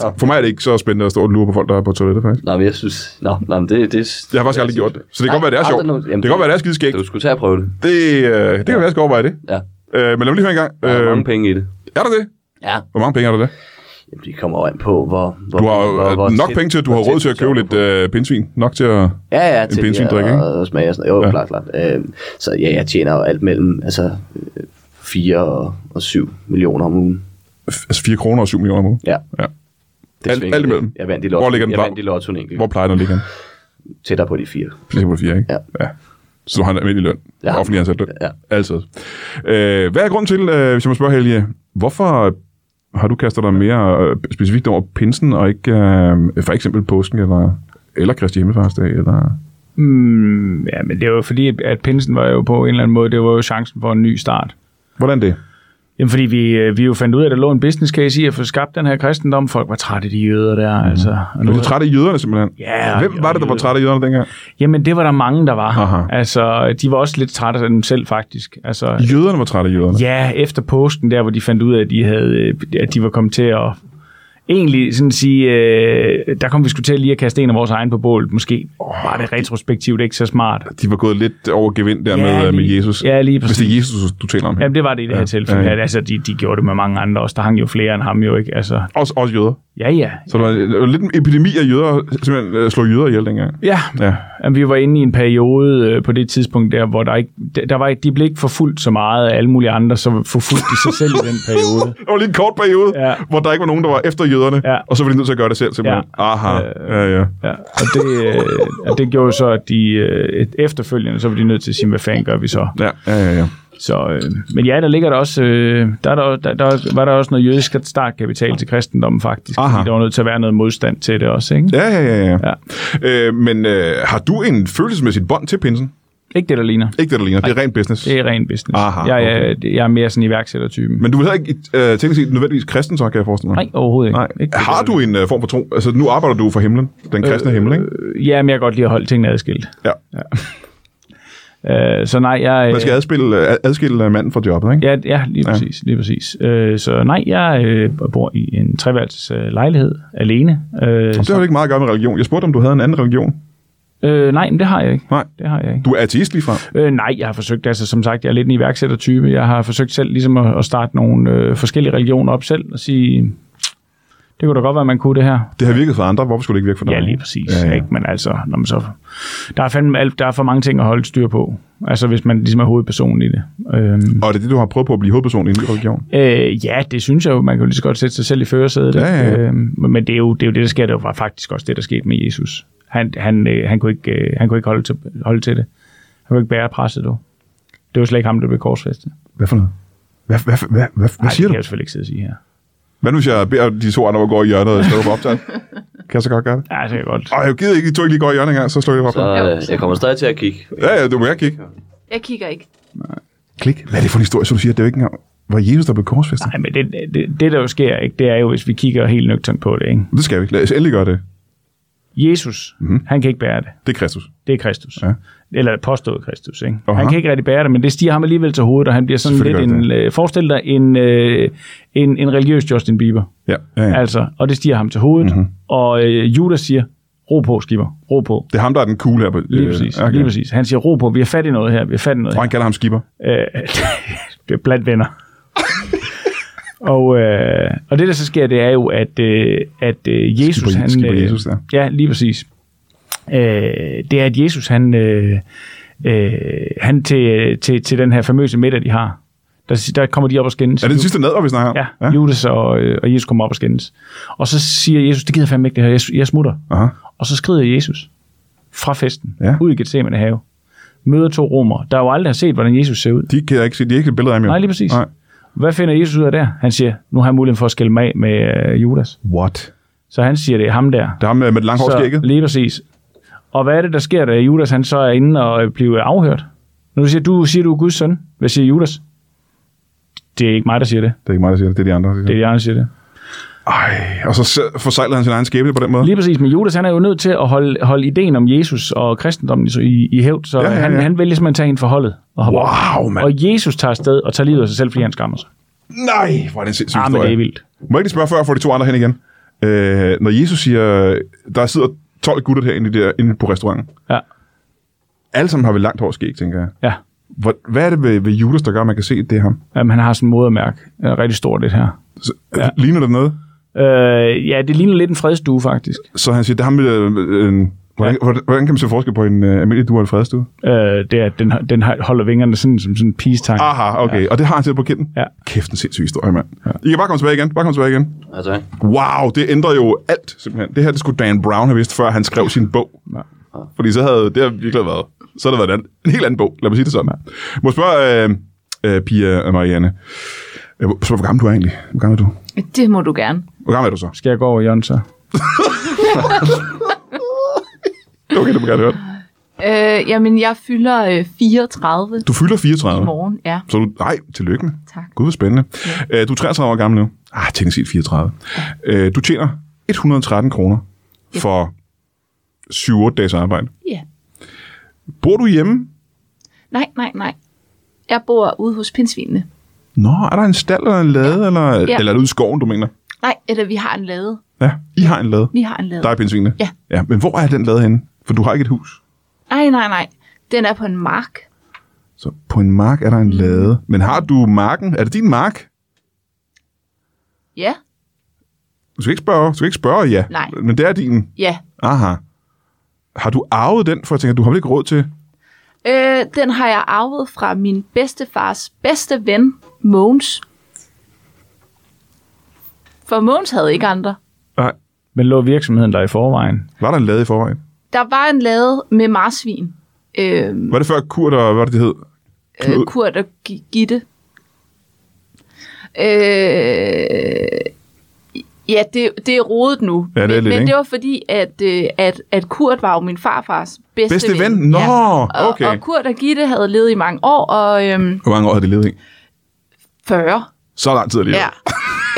Speaker 1: Jeg, for mig er det ikke så spændende at stå og lure på folk, der er på toilettet, faktisk.
Speaker 3: Nå, men jeg synes... Nå, nå men det, det...
Speaker 1: Jeg har faktisk aldrig gjort det. Så det kan godt være, det er sjovt. Det kan godt være, det er skideskægt.
Speaker 3: Du skulle tage og prøve det.
Speaker 1: Det, øh, det kan være, jeg skal overveje det.
Speaker 3: Ja.
Speaker 1: Øh, men lad mig lige høre en gang.
Speaker 3: Der er
Speaker 1: Øh,
Speaker 3: mange penge i det.
Speaker 1: er der det?
Speaker 3: Ja.
Speaker 1: Hvor mange penge er der det?
Speaker 3: Jamen, det kommer jo an på, hvor... hvor
Speaker 1: Du har jo
Speaker 3: hvor,
Speaker 1: øh, nok penge til, at du har råd til at købe lidt øh, pindsvin. Nok til at...
Speaker 3: Ja, ja,
Speaker 1: en
Speaker 3: til lige
Speaker 1: pindsvindrik,
Speaker 3: at-
Speaker 1: ikke?
Speaker 3: Og, og smage og sådan noget. Jo,
Speaker 1: Ja.
Speaker 3: ja. klart, klart. Øh, så ja, jeg tjener jo alt mellem altså, 4 og, og 7 millioner om ugen.
Speaker 1: f- Altså 4 kroner og 7 millioner om ugen.
Speaker 3: Ja.
Speaker 1: Ja.
Speaker 3: Det
Speaker 1: Alt-
Speaker 3: svinger
Speaker 1: alt
Speaker 3: lidt.
Speaker 1: imellem.
Speaker 3: Jeg vandt i
Speaker 1: Hvor ligger
Speaker 3: lotto,
Speaker 1: den
Speaker 3: jeg
Speaker 1: bag?
Speaker 3: vandt i lotto en enkelt.
Speaker 1: Hvor plejer den at ligge hen?
Speaker 3: Tættere på de fire.
Speaker 1: Flere på de fire, ikke?
Speaker 3: Ja.
Speaker 1: ja. Så du har en almindelig løn. Ja.
Speaker 3: Ja.
Speaker 1: Offentlig ansat løn.
Speaker 3: Ja.
Speaker 1: Altid. Øh, hvad er grunden til, øh, hvis jeg må spørge Helge, hvorfor har du kastet dig mere øh, specifikt over pinsen, og ikke øh, for eksempel påsken, eller, eller Kristi Himmelfartsdag, eller...
Speaker 2: Mm, ja, men det var jo fordi, at, at pinsen var jo på en eller anden måde, det var jo chancen for en ny start.
Speaker 1: Hvordan det?
Speaker 2: Jamen, fordi vi, øh, vi jo fandt ud af, at der lå en business case i at få skabt den her kristendom. Folk var trætte af de jøder der,
Speaker 1: Mhm.
Speaker 2: mm. altså. Og
Speaker 1: Du
Speaker 2: nu,
Speaker 1: er træt af jøderne, simpelthen.
Speaker 2: Ja,
Speaker 1: Hvem var det, der var
Speaker 2: jøder.
Speaker 1: træt af jøderne dengang?
Speaker 2: jamen, det var der mange, der var.
Speaker 1: Aha.
Speaker 2: Altså, de var også lidt trætte af dem selv, faktisk. Altså,
Speaker 1: Jøderne var træt af jøderne.
Speaker 2: Ja, efter påsken, der hvor de fandt ud af, at de, havde, øh, at de var kommet til at... Egentlig sådan at sige, øh, der kom vi sgu til lige at kaste en af vores egen på bålet. Måske var det retrospektivt ikke så smart.
Speaker 1: De var gået lidt over gevind der
Speaker 2: Ja,
Speaker 1: med, øh, med
Speaker 2: lige-
Speaker 1: Jesus.
Speaker 2: ja, lige
Speaker 1: Hvis det er Jesus, du taler om her.
Speaker 2: Jamen, det var det i det her
Speaker 1: Ja,
Speaker 2: ja, tilfælde.
Speaker 1: ja,
Speaker 2: Ja,
Speaker 1: ja.
Speaker 2: Altså, de, de gjorde det med mange andre også. Der hang jo flere end ham jo, ikke? Altså,
Speaker 1: Også, også jøder.
Speaker 2: ja, ja.
Speaker 1: Så der var, der var lidt en epidemi af jøder, simpelthen øh, slog jøder ihjel dengang.
Speaker 2: Ja,
Speaker 1: Ja.
Speaker 2: Jamen, vi var inde i en periode øh, på det tidspunkt der, hvor der ikke, der der var ikke, de blev ikke forfulgt så meget af alle mulige andre, så forfulgte de sig selv i den periode.
Speaker 1: Det var lige en kort periode, ja.
Speaker 2: Ja.
Speaker 1: hvor der ikke var nogen, der var efter jøderne, ja.
Speaker 2: Ja.
Speaker 1: og så var de nødt til at gøre det selv simpelthen. Ja.
Speaker 2: Ja.
Speaker 1: Aha, øh, ja, ja.
Speaker 2: Ja, og det, øh, og det gjorde jo så, at de øh, et- efterfølgende, så var de nødt til at sige, hvad fanden gør vi så?
Speaker 1: Ja, ja, ja, ja.
Speaker 2: så øh, men ja, der ligger der også, øh, der, er der, der, der var der også noget jødisk startkapital til kristendommen faktisk,
Speaker 1: Aha.
Speaker 2: fordi der var nødt til at være noget modstand til det også, ikke?
Speaker 1: Ja, ja, ja, ja. ja.
Speaker 2: Ja.
Speaker 1: Øh, men øh, har du en følelsesmæssigt bånd til pinsen?
Speaker 2: Ikke det, der ligner.
Speaker 1: Ikke det, der ligner. Det er rent business.
Speaker 2: Det er ren business.
Speaker 1: Aha,
Speaker 2: jeg, jeg, jeg er mere sådan iværksættertypen.
Speaker 1: Men du er heller ikke øh, teknisk set nødvendigvis kristen, så kan jeg forestille mig.
Speaker 2: Nej, overhovedet ikke.
Speaker 1: Nej.
Speaker 2: ikke det,
Speaker 1: Har
Speaker 2: der-
Speaker 1: du en øh, form for tro? Altså, nu arbejder du for himlen. Den kristne øh, himmel, ikke?
Speaker 2: Øh, Ja, men jeg kan godt lide at holde tingene adskilt.
Speaker 1: Ja.
Speaker 2: Øh, så nej, jeg...
Speaker 1: Man skal adspille, øh, adskille øh, manden fra jobbet, ikke?
Speaker 2: Ja, ja lige præcis. Lige præcis. Øh, så nej, jeg øh, bor i en treværelses øh, lejlighed alene. Øh,
Speaker 1: Det har
Speaker 2: så,
Speaker 1: jo ikke meget at gøre med religion. Jeg spurgte, om du havde en anden religion.
Speaker 2: øh, nej, men det har jeg ikke.
Speaker 1: Nej.
Speaker 2: Det har jeg ikke.
Speaker 1: Du er ateist lige fra.
Speaker 2: Øh, nej, jeg har forsøgt, altså som sagt, jeg er lidt en iværksættertype. Jeg har forsøgt selv ligesom at, at starte nogle øh, forskellige religioner op selv og sige, det kunne da godt være, man kunne det her.
Speaker 1: Det har virket for andre. Hvorfor skulle det ikke virke for dig?
Speaker 2: Ja, lige præcis.
Speaker 1: Ja, ja.
Speaker 2: Ikke? Men altså, når man så, der, er fandme alt, der er for mange ting at holde styr på. Altså hvis man ligesom er hovedpersonen i det. Øhm,
Speaker 1: Og er det det, du har prøvet på at blive hovedperson i en ny religion?
Speaker 2: Øh, ja, det synes jeg jo. Man kan jo lige så godt sætte sig selv i førersædet.
Speaker 1: Ja, ja, ja.
Speaker 2: Øh, men det er, jo, det er jo det, der sker. Det var faktisk også det, der skete med Jesus. Han, han, øh, han, kunne, ikke, øh, han kunne ikke holde til, holde til det. Han kunne ikke bære presset, du. Det var slet ikke ham, der blev korsfæstet.
Speaker 1: Hvad for noget? Hvad, hvad, hvad, hvad, hvad siger
Speaker 2: Ej, det
Speaker 1: du?
Speaker 2: kan jeg jo selvfølgelig ikke sidde og sige her.
Speaker 1: Hvad nu, hvis jeg beder de to andre om at gå i hjørnet og slå på optaget? kan jeg så godt gøre det?
Speaker 2: Ja, det kan jeg godt.
Speaker 1: Åh, jeg gider ikke, de to ikke lige går i hjørnet engang, så slår jeg på
Speaker 3: Så
Speaker 1: optaget.
Speaker 4: Jo,
Speaker 3: øh,
Speaker 4: så-
Speaker 3: jeg kommer stadig til at kigge.
Speaker 1: Ja, ja, du må ikke kigge.
Speaker 4: Jeg kigger ikke.
Speaker 1: Klik. Hvad er det for en historie, så du siger, det er jo ikke engang, var Jesus, der blev korsfæstet?
Speaker 2: Nej, men det, det, det, der jo sker, ikke, det er jo, hvis vi kigger helt nøgternt på det. Ikke?
Speaker 1: Det skal vi ikke. Lad os endelig gøre det.
Speaker 2: Jesus, mm-hmm. han kan ikke bære det.
Speaker 1: Det er Kristus.
Speaker 2: Det er Kristus.
Speaker 1: Mhm. Ja.
Speaker 2: Ja. Eller påstået Kristus. Ikke?
Speaker 1: Aha.
Speaker 2: Han kan ikke rigtig bære det, men det stiger ham alligevel til hovedet, og han bliver sådan lidt
Speaker 1: Selvfølgelig gør det
Speaker 2: en... Øh, forestil dig en, øh, en, en religiøs Justin Bieber.
Speaker 1: Ja. ja, ja. Mhm.
Speaker 2: Ja. Altså, og det stiger ham til hovedet. Mm-hmm. Og øh, Judas siger, ro på, skipper. Ro på.
Speaker 1: Det er ham, der er den cool her. På,
Speaker 2: Lige præcis. Okay. Lige præcis. Han siger, ro på, vi har fat i noget her, vi har fat i noget
Speaker 1: Og
Speaker 2: her.
Speaker 1: han kalder ham skipper.
Speaker 2: Øh, det er blandt venner. og, øh, og det, der så sker, det er jo, at, øh, at øh, Jesus...
Speaker 1: Skipper-
Speaker 2: han,
Speaker 1: skipper
Speaker 2: øh,
Speaker 1: Jesus, ja.
Speaker 2: Ja, lige præcis. Øh, det er, at Jesus, han, øh, øh, han til, til, til den her famøse middag, de har, der, si- der kommer de op og skændes.
Speaker 1: Er det den sidste nadver, vi snakker om?
Speaker 2: Ja, ja. Judas og, øh, og Jesus kommer op og skændes. Og så siger Jesus, det gider jeg fandme ikke det her, jeg, jeg smutter.
Speaker 1: Aha.
Speaker 2: Og så skrider Jesus fra festen,
Speaker 1: Ja.
Speaker 2: ja. ud i Gethsemane have, møder to romer, der jo aldrig har set, hvordan Jesus ser ud.
Speaker 1: De kan jeg ikke se. De er ikke et billede af ham, jo.
Speaker 2: Nej, lige præcis.
Speaker 1: Nej.
Speaker 2: Hvad finder Jesus ud af der? Han siger, nu har jeg muligheden for at skille mig af med øh, Judas.
Speaker 1: What?
Speaker 2: Så han siger, det er ham der.
Speaker 1: Det er ham med, med det lange hår i skægget.
Speaker 2: Så, lige præcis. Og hvad er det, der sker, da Judas han så er inde og øh, bliver afhørt? Nu siger du, siger du er Guds søn. Hvad siger Judas? Det er ikke mig, der siger det.
Speaker 1: Det er ikke mig, der siger det. Det er de andre, der siger
Speaker 2: Det er
Speaker 1: det.
Speaker 2: de andre, der siger det.
Speaker 1: Ej, og så se- forsejlede han sin egen skæbne på den måde.
Speaker 2: Lige præcis, men Judas han er jo nødt til at holde, holde ideen om Jesus og kristendommen i- i, i hævd, så
Speaker 1: Ja,
Speaker 2: ja,
Speaker 1: ja,
Speaker 2: ja,
Speaker 1: ja.
Speaker 2: ja. Han, han vælger simpelthen at tage hende for holdet. Og, hoppe op.
Speaker 1: Wow, mand.
Speaker 2: og Jesus tager afsted og tager livet af sig selv, fordi han skammer sig.
Speaker 1: Nej, hvor er det en sindssyg
Speaker 2: Ah, men det er vildt.
Speaker 1: Må jeg ikke lige spørge, før jeg får de to andre hen igen? Øh, når Jesus siger, der sidder 12 gutter herinde, i det der, inde på restauranten.
Speaker 2: Ja,
Speaker 1: Alle sammen har vel langt hår og skæg, tænker jeg.
Speaker 2: ja.
Speaker 1: Hvor, hvad er det ved, ved Judas, der gør, at man kan se, at det er ham?
Speaker 2: Jamen, han har sådan en modermærke. Er rigtig Øh, stort, det her.
Speaker 1: Så, ja. Ligner det noget?
Speaker 2: Øh, Øh, ja, det ligner lidt en fredsstue, faktisk.
Speaker 1: Så han siger, det er ham med... Øh, øh, hvordan, ja. hvordan, hvordan kan man se forskel på en øh, almindelig duer og en fredstue?
Speaker 2: Øh, det er, at den, den har- holder vingerne sådan, som sådan en peace-tank.
Speaker 1: Aha, okay. Ja. Og det har han til på kinden?
Speaker 2: Ja.
Speaker 1: Kæft, en sindssyg historie, mand. Ja. I kan bare komme tilbage igen. Bare komme tilbage igen.
Speaker 3: Altså, ikke?
Speaker 1: Wow, det ændrer jo alt, simpelthen. Det her, det skulle Dan Brown have vidst, før han skrev sin bog.
Speaker 2: Ja.
Speaker 1: Fordi så havde det har virkelig været, så havde det været en, anden- en helt anden bog. Lad mig sige det sådan. Ja. Må jeg spørge, øh, øh, Pia og Marianne. Jeg må spørge, hvor gammel du er egentlig? Hvor gammel er du?
Speaker 4: Det må du gerne.
Speaker 1: Hvor gammel er du så?
Speaker 2: Skal jeg gå over Jonsser?
Speaker 1: Okay, det må jeg gerne høre.
Speaker 4: Øh, jamen, jeg fylder øh, 34
Speaker 1: Du fylder 34.
Speaker 4: i morgen. Ja,
Speaker 1: Så du, nej, tillykke med.
Speaker 4: Tak.
Speaker 1: Gud, hvor spændende. Ja. du er 33 år gammel nu. Ah, tænk set 34. Øh, du tjener 113 kroner for 7-8 dages arbejde.
Speaker 4: ja.
Speaker 1: Bor du hjemme?
Speaker 4: Nej, nej, nej. Jeg bor ude hos pindsvinene.
Speaker 1: Nå, er der en stald eller en lade, eller, ja. eller er det ude i skoven, du mener?
Speaker 4: Nej, eller vi har en lade.
Speaker 1: Ja, I har en lade.
Speaker 4: Vi har en lade.
Speaker 1: Der er pindsvinene.
Speaker 4: Ja.
Speaker 1: ja. Men hvor er den lade henne? For du har ikke et hus.
Speaker 4: Nej, nej, nej. Den er på en mark.
Speaker 1: Så på en mark er der en lade. Men har du marken? Er det din mark?
Speaker 4: Ja,
Speaker 1: Du skal ikke spørge, du skal ikke spørge ja.
Speaker 4: Nej.
Speaker 1: Men det er din.
Speaker 4: ja.
Speaker 1: Aha. Har du arvet den? For jeg tænker, du har vel ikke råd til...
Speaker 4: Øh, den har jeg arvet fra min bedstefars bedste ven, Mogens. For Mogens havde ikke andre.
Speaker 1: Nej.
Speaker 2: Men lå virksomheden der i forvejen?
Speaker 1: Var der en lade i forvejen?
Speaker 4: Der var en lade med marsvin. Øh,
Speaker 1: Var det før Kurt og, hvad var det, det hed? Knud.
Speaker 4: øh, Kurt og G- Gitte. Øh, ja, det, det er rodet nu.
Speaker 1: Ja, det er
Speaker 4: men,
Speaker 1: lidt,
Speaker 4: men
Speaker 1: ikke?
Speaker 4: det var fordi, at, øh, at, at Kurt var jo min farfars bedste,
Speaker 1: Bedste ven?
Speaker 4: ven.
Speaker 1: Nå,
Speaker 4: Og,
Speaker 1: okay.
Speaker 4: og Kurt og Gitte havde levet i mange år, og øhm,
Speaker 1: Hvor mange år havde det levet i?
Speaker 4: 40.
Speaker 1: Så lang tid alligevel.
Speaker 4: Ja.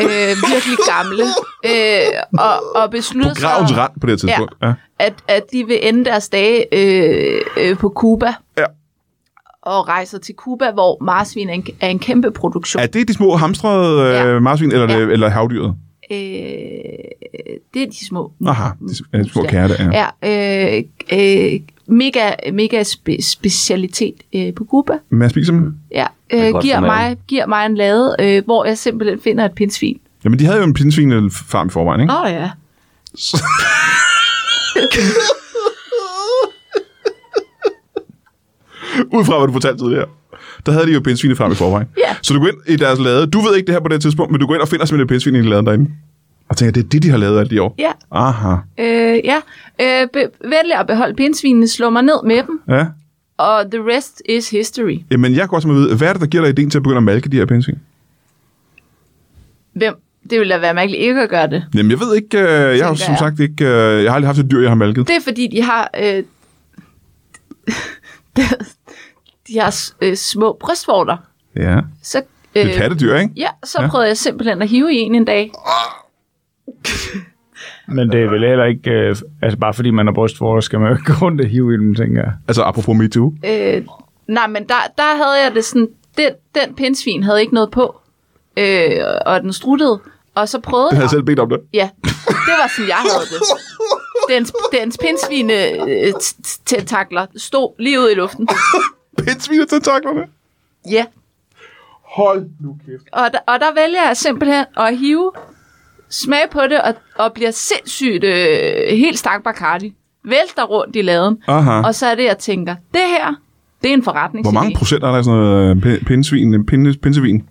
Speaker 4: Øh, virkelig gamle. Øh, og, og besluttede
Speaker 1: På gravens rand på det her tidspunkt. Ja. ja.
Speaker 4: at, at de vil ende deres dage øh, øh, på Cuba.
Speaker 1: Ja.
Speaker 4: Og rejser til Cuba, hvor marsvin er en, er en kæmpe produktion.
Speaker 1: Er det de små hamstrede
Speaker 4: Ja.
Speaker 1: øh, marsvin, eller,
Speaker 4: Ja.
Speaker 1: ja. eller havdyret?
Speaker 4: Øh, det er de små.
Speaker 1: Aha, de s- øh, små
Speaker 4: mus
Speaker 1: katte, ja.
Speaker 4: Ja, øh, øh, mega, mega spe, specialitet øh, på Cuba.
Speaker 1: Men jeg spiser dem.
Speaker 4: Ja,
Speaker 3: er
Speaker 4: øh,
Speaker 3: godt
Speaker 4: giver,
Speaker 3: for maden.
Speaker 4: mig, giver mig en lade, øh, hvor jeg simpelthen finder et pindsvin.
Speaker 1: Jamen, de havde jo en pindsvinefarm i forvejen, ikke?
Speaker 4: Åh oh, ja.
Speaker 1: Ud fra, hvad du fortalte tidligere. Der havde de jo en pindsvinefarm i forvejen.
Speaker 4: Ja.
Speaker 1: Så du går ind i deres lade. Du ved ikke det her på det her tidspunkt, men du går ind og finder simpelthen et pindsvin i laden derinde. Og tænker, det er det, de har lavet alt i år.
Speaker 4: Ja,
Speaker 1: Aha.
Speaker 4: øh, ja. Øh, be, vælger at beholde pindsvinene, slå mig ned med dem,
Speaker 1: Ja.
Speaker 4: og the rest is history.
Speaker 1: Jamen, jeg kunne også vide, hvad er det, der giver dig ideen til at begynde at malke de her pindsvin?
Speaker 4: Hvem? Det ville da være mærkeligt ikke at gøre det.
Speaker 1: Jamen, jeg ved ikke. Øh, jeg har
Speaker 4: Tænker
Speaker 1: som
Speaker 4: jeg.
Speaker 1: sagt ikke... Øh, jeg har aldrig haft et dyr, jeg har malket.
Speaker 4: Det er fordi, de har... Øh, de har s- øh, små brystvorter.
Speaker 1: Ja.
Speaker 4: Så, øh,
Speaker 1: Det er pattedyr, ikke?
Speaker 4: Ja, så
Speaker 1: Ja.
Speaker 4: ja. prøvede jeg simpelthen at hive i en en dag.
Speaker 2: Men det er vel heller ikke... Øh, altså, bare fordi man har brystvorter, skal man jo ikke gå rundt og hive i dem, tænker jeg.
Speaker 1: Altså, apropos MeToo.
Speaker 4: Øh, nej, men der, der havde jeg det sådan... Den, den pindsvin havde ikke noget på. Øh, og den struttede. Og så prøvede
Speaker 1: Det havde jeg selv bedt om det.
Speaker 4: Ja, det var sådan, jeg havde det. Dens, dens pindsvine øh, t- t- tentakler stod lige ud i luften.
Speaker 1: Pindsvin og tentaklerne.
Speaker 4: Ja,
Speaker 1: Hold nu kæft.
Speaker 4: og der, og der vælger jeg simpelthen at hive smag på det, og, og bliver sindssygt øh, helt stak Bacardi. Vælter rundt i laden.
Speaker 1: Aha.
Speaker 4: Og så er det, jeg tænker, det her, det er en forretning.
Speaker 1: Hvor mange procent er der af sådan noget øh, pin- pindsvin, øh, pinde, pinsevin?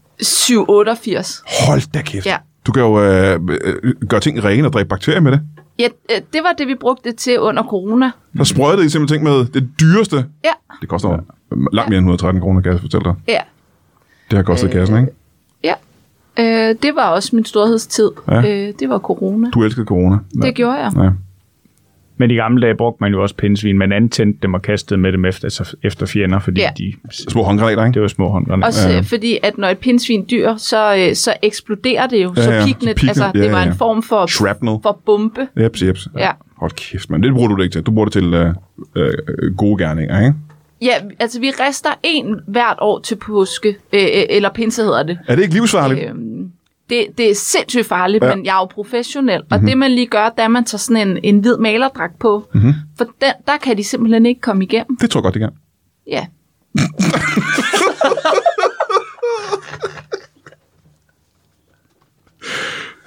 Speaker 4: 788.
Speaker 1: Hold da kæft.
Speaker 4: Ja.
Speaker 1: Du kan jo øh, øh, gøre ting rene og dræbe bakterier med det.
Speaker 4: Ja, øh, det var det, vi brugte det til under corona.
Speaker 1: Der sprøjtede I simpelthen ting med det dyreste.
Speaker 4: Ja,
Speaker 1: Det koster jo langt mere end 113 kroner, kan jeg fortælle dig.
Speaker 4: ja,
Speaker 1: Det har kostet øh, kassen, ikke?
Speaker 4: ja. Øh, det var også min storhedstid.
Speaker 1: Ja.
Speaker 4: Øh, det var corona.
Speaker 1: Du elskede corona.
Speaker 4: Det gjorde jeg.
Speaker 1: Ja.
Speaker 2: Men i gamle dage brugte man jo også pindsvin. Man antændte dem og kastede med dem efter, altså efter fjender, fordi
Speaker 4: Ja.
Speaker 2: ja. de,
Speaker 1: Små håndgranater, ikke?
Speaker 2: det var små håndgranater.
Speaker 4: Også øh, fordi, at når et pindsvin dyr, så, øh, så eksploderer det jo. Ja,
Speaker 1: ja.
Speaker 4: så pignet,
Speaker 1: Pignet,
Speaker 4: altså
Speaker 1: ja,
Speaker 4: det var
Speaker 1: ja.
Speaker 4: en form for,
Speaker 1: Shrapnel.
Speaker 4: for bombe.
Speaker 1: Jeps, jeps.
Speaker 4: Ja.
Speaker 1: Hold kæft, mand. Det bruger du det ikke til. Du bruger det til øh, øh, gode gerninger, ikke?
Speaker 4: Ja, altså vi rester en hvert år til påske, øh, øh, eller pinse hedder det.
Speaker 1: Er det ikke livsfarligt? Øh.
Speaker 4: Øhm, det, det er sindssygt farligt,
Speaker 1: Ja.
Speaker 4: ja. men jeg er jo professionel. Og mm-hmm. det man lige gør, det er, at man tager sådan en, en hvid malerdragt på. Mm-hmm. For den, der kan de simpelthen ikke komme igennem.
Speaker 1: Det tror jeg godt, det kan.
Speaker 4: Ja.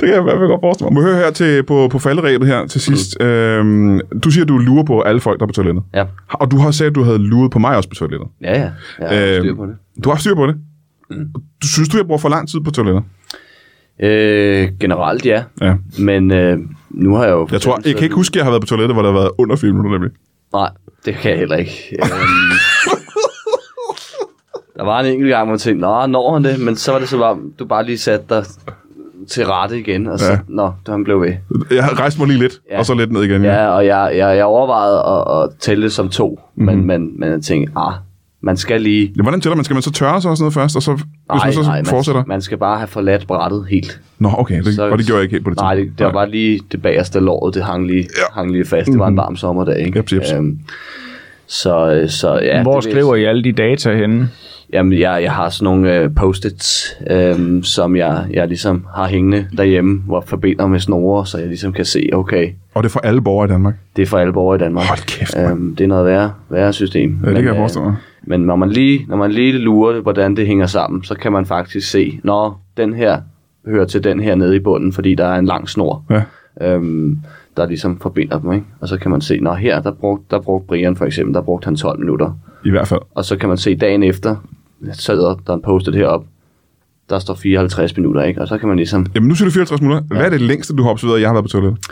Speaker 1: Det kan jeg i hvert fald godt forestille mig. Må jeg høre her til, på, på falderæbet her til sidst. Mm. Øhm, du siger, at du lurer på alle folk, der er på toilettet.
Speaker 3: Ja,
Speaker 1: Og du har sagt, at du havde luret på mig også på toilettet.
Speaker 3: ja, ja. Jeg har
Speaker 1: Øhm.
Speaker 3: styr på det. Mm.
Speaker 1: Du har styr på det. Du synes du, jeg bruger for lang tid på toilettet?
Speaker 3: Øh, generelt ja,
Speaker 1: Ja.
Speaker 3: men øh, nu har jeg jo...
Speaker 1: Jeg tror, jeg kan ikke huske, at jeg har været på toilettet, hvor der har været under 4 minutter nemlig.
Speaker 3: Nej, det kan jeg heller ikke. Øhm, der var en enkelt gang, hvor jeg tænkte, nå, når han det? Men så var det så varmt, du bare lige satte dig til rette igen, og så,
Speaker 1: Ja.
Speaker 3: ja. nå, du, han blev ved.
Speaker 1: Jeg har rejst mig lige lidt, ja.
Speaker 3: Ja.
Speaker 1: og så lidt ned igen.
Speaker 3: Ja, og jeg, jeg, jeg overvejede at, at tælle det som to, mm-hmm.
Speaker 1: Mhm.
Speaker 3: men, men, men jeg tænkte, ah, man skal lige...
Speaker 1: Ja, hvordan tæller man? Skal man så tørre sig og sådan noget først, og så, hvis man så fortsætter?
Speaker 3: man, man skal bare have forladt brættet helt.
Speaker 1: Nå, okay, det, og det gjorde jeg ikke helt på det
Speaker 3: Nej, det,
Speaker 1: tidspunkt.
Speaker 3: det var bare lige det bagerste låret, det hang lige,
Speaker 1: Ja. Mhm.
Speaker 3: ja. hang lige fast. Det var en varm sommerdag, ikke?
Speaker 1: Jeps, jeps.
Speaker 3: Øhm, så, øh, så ja,
Speaker 2: Ja, Hvor
Speaker 3: det vil jeg
Speaker 2: skriver I alle de data henne?
Speaker 3: Jamen, jeg, jeg har sådan nogle øh, post-its, øh, som jeg, jeg ligesom har hængende derhjemme, hvor jeg forbinder med snore, så jeg ligesom kan se, okay,
Speaker 1: Og det er for alle borgere i Danmark.
Speaker 3: det er for alle borgere i Danmark.
Speaker 1: Hold kæft, mand.
Speaker 3: øh, det er noget værre, værre system.
Speaker 1: Ja, det kan jeg forestille mig.
Speaker 3: Øh, men når man, lige, når man lige lurer, det, hvordan det hænger sammen, så kan man faktisk se, når den her hører til den her nede i bunden, fordi der er en lang snor.
Speaker 1: Ja.
Speaker 3: Øhm, der ligesom forbinder dem, ikke? Og så kan man se, når her, der brugte, der brugte Brian for eksempel, der brugte han 12 minutter.
Speaker 1: I hvert fald.
Speaker 3: Og så kan man se dagen efter, så er der en postet heroppe, der står 54 minutter, ikke? Og så kan man ligesom,
Speaker 1: Jamen, nu siger du 64 minutter. Hvad er det længste, du har observeret, jeg har været på toilettet?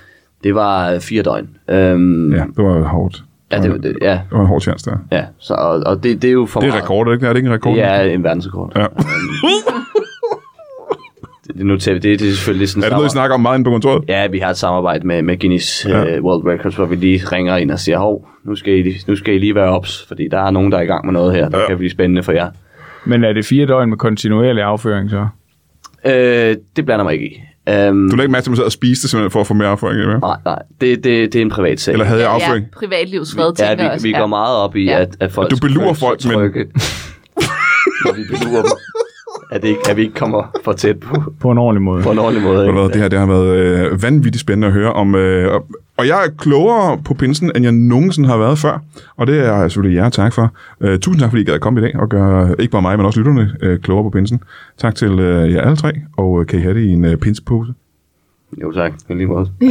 Speaker 3: det var øh, fire døgn. Øhm,
Speaker 1: Ja, det var hårdt.
Speaker 3: ja, det, det, ja,
Speaker 1: det var en hård chance, der.
Speaker 3: ja. Så, og, og det, det er jo for
Speaker 1: Det er
Speaker 3: meget.
Speaker 1: rekord, er det ikke? Er det ikke en rekord?
Speaker 3: Det er en verdensrekord.
Speaker 1: Ja.
Speaker 3: Det, det noterer vi. Det, det er selvfølgelig sådan
Speaker 1: Er det noget, I
Speaker 3: samarbejde-
Speaker 1: snakker om meget inde på kontoret?
Speaker 3: Ja, vi har et samarbejde med, med Guinness
Speaker 1: Ja.
Speaker 3: ja. uh, World Records, hvor vi lige ringer ind og siger, hov, nu skal, I, lige- nu skal I lige være ops, fordi der er nogen, der er i gang med noget her, der
Speaker 1: Ja.
Speaker 3: ja. kan blive spændende for jer.
Speaker 2: Men er det fire døgn med kontinuerlig afføring så?
Speaker 3: Øh, det blander mig ikke i. Øhm,
Speaker 1: Du lagde ikke mærke til, at man sad og spiste simpelthen for at få mere afføring. Ikke?
Speaker 3: Nej, nej, det, det, det er en privat sag.
Speaker 1: Eller havde jeg
Speaker 4: Ja,
Speaker 1: afføring?
Speaker 4: privatlivsfred,
Speaker 3: Ja,
Speaker 4: tænker jeg
Speaker 3: vi,
Speaker 4: også.
Speaker 3: vi går meget op i,
Speaker 4: Ja.
Speaker 3: ja. at, at folk...
Speaker 1: Du
Speaker 3: skal
Speaker 1: belurer
Speaker 3: føle
Speaker 1: folk,
Speaker 3: sig
Speaker 1: men-
Speaker 3: trygge. Når vi belurer dem. At, det ikke, at vi ikke kommer for tæt på,
Speaker 2: På en ordentlig måde.
Speaker 3: på en ordentlig måde.
Speaker 1: Ved du hvad,
Speaker 3: Ikke?
Speaker 1: det her det har været øh, vanvittigt spændende at høre om. Øh, og- og jeg er klogere på pinsen, end jeg nogensinde har været før. Og det er jeg selvfølgelig jer tak for. Øh, tusind tak, fordi I gad at komme i dag og gøre ikke bare mig, men også lytterne øh, klogere på pinsen. Tak til øh, jer alle tre, og øh, kan I have det i en øh, pinsepose.
Speaker 3: Jo tak, i lige måde.
Speaker 1: Hey.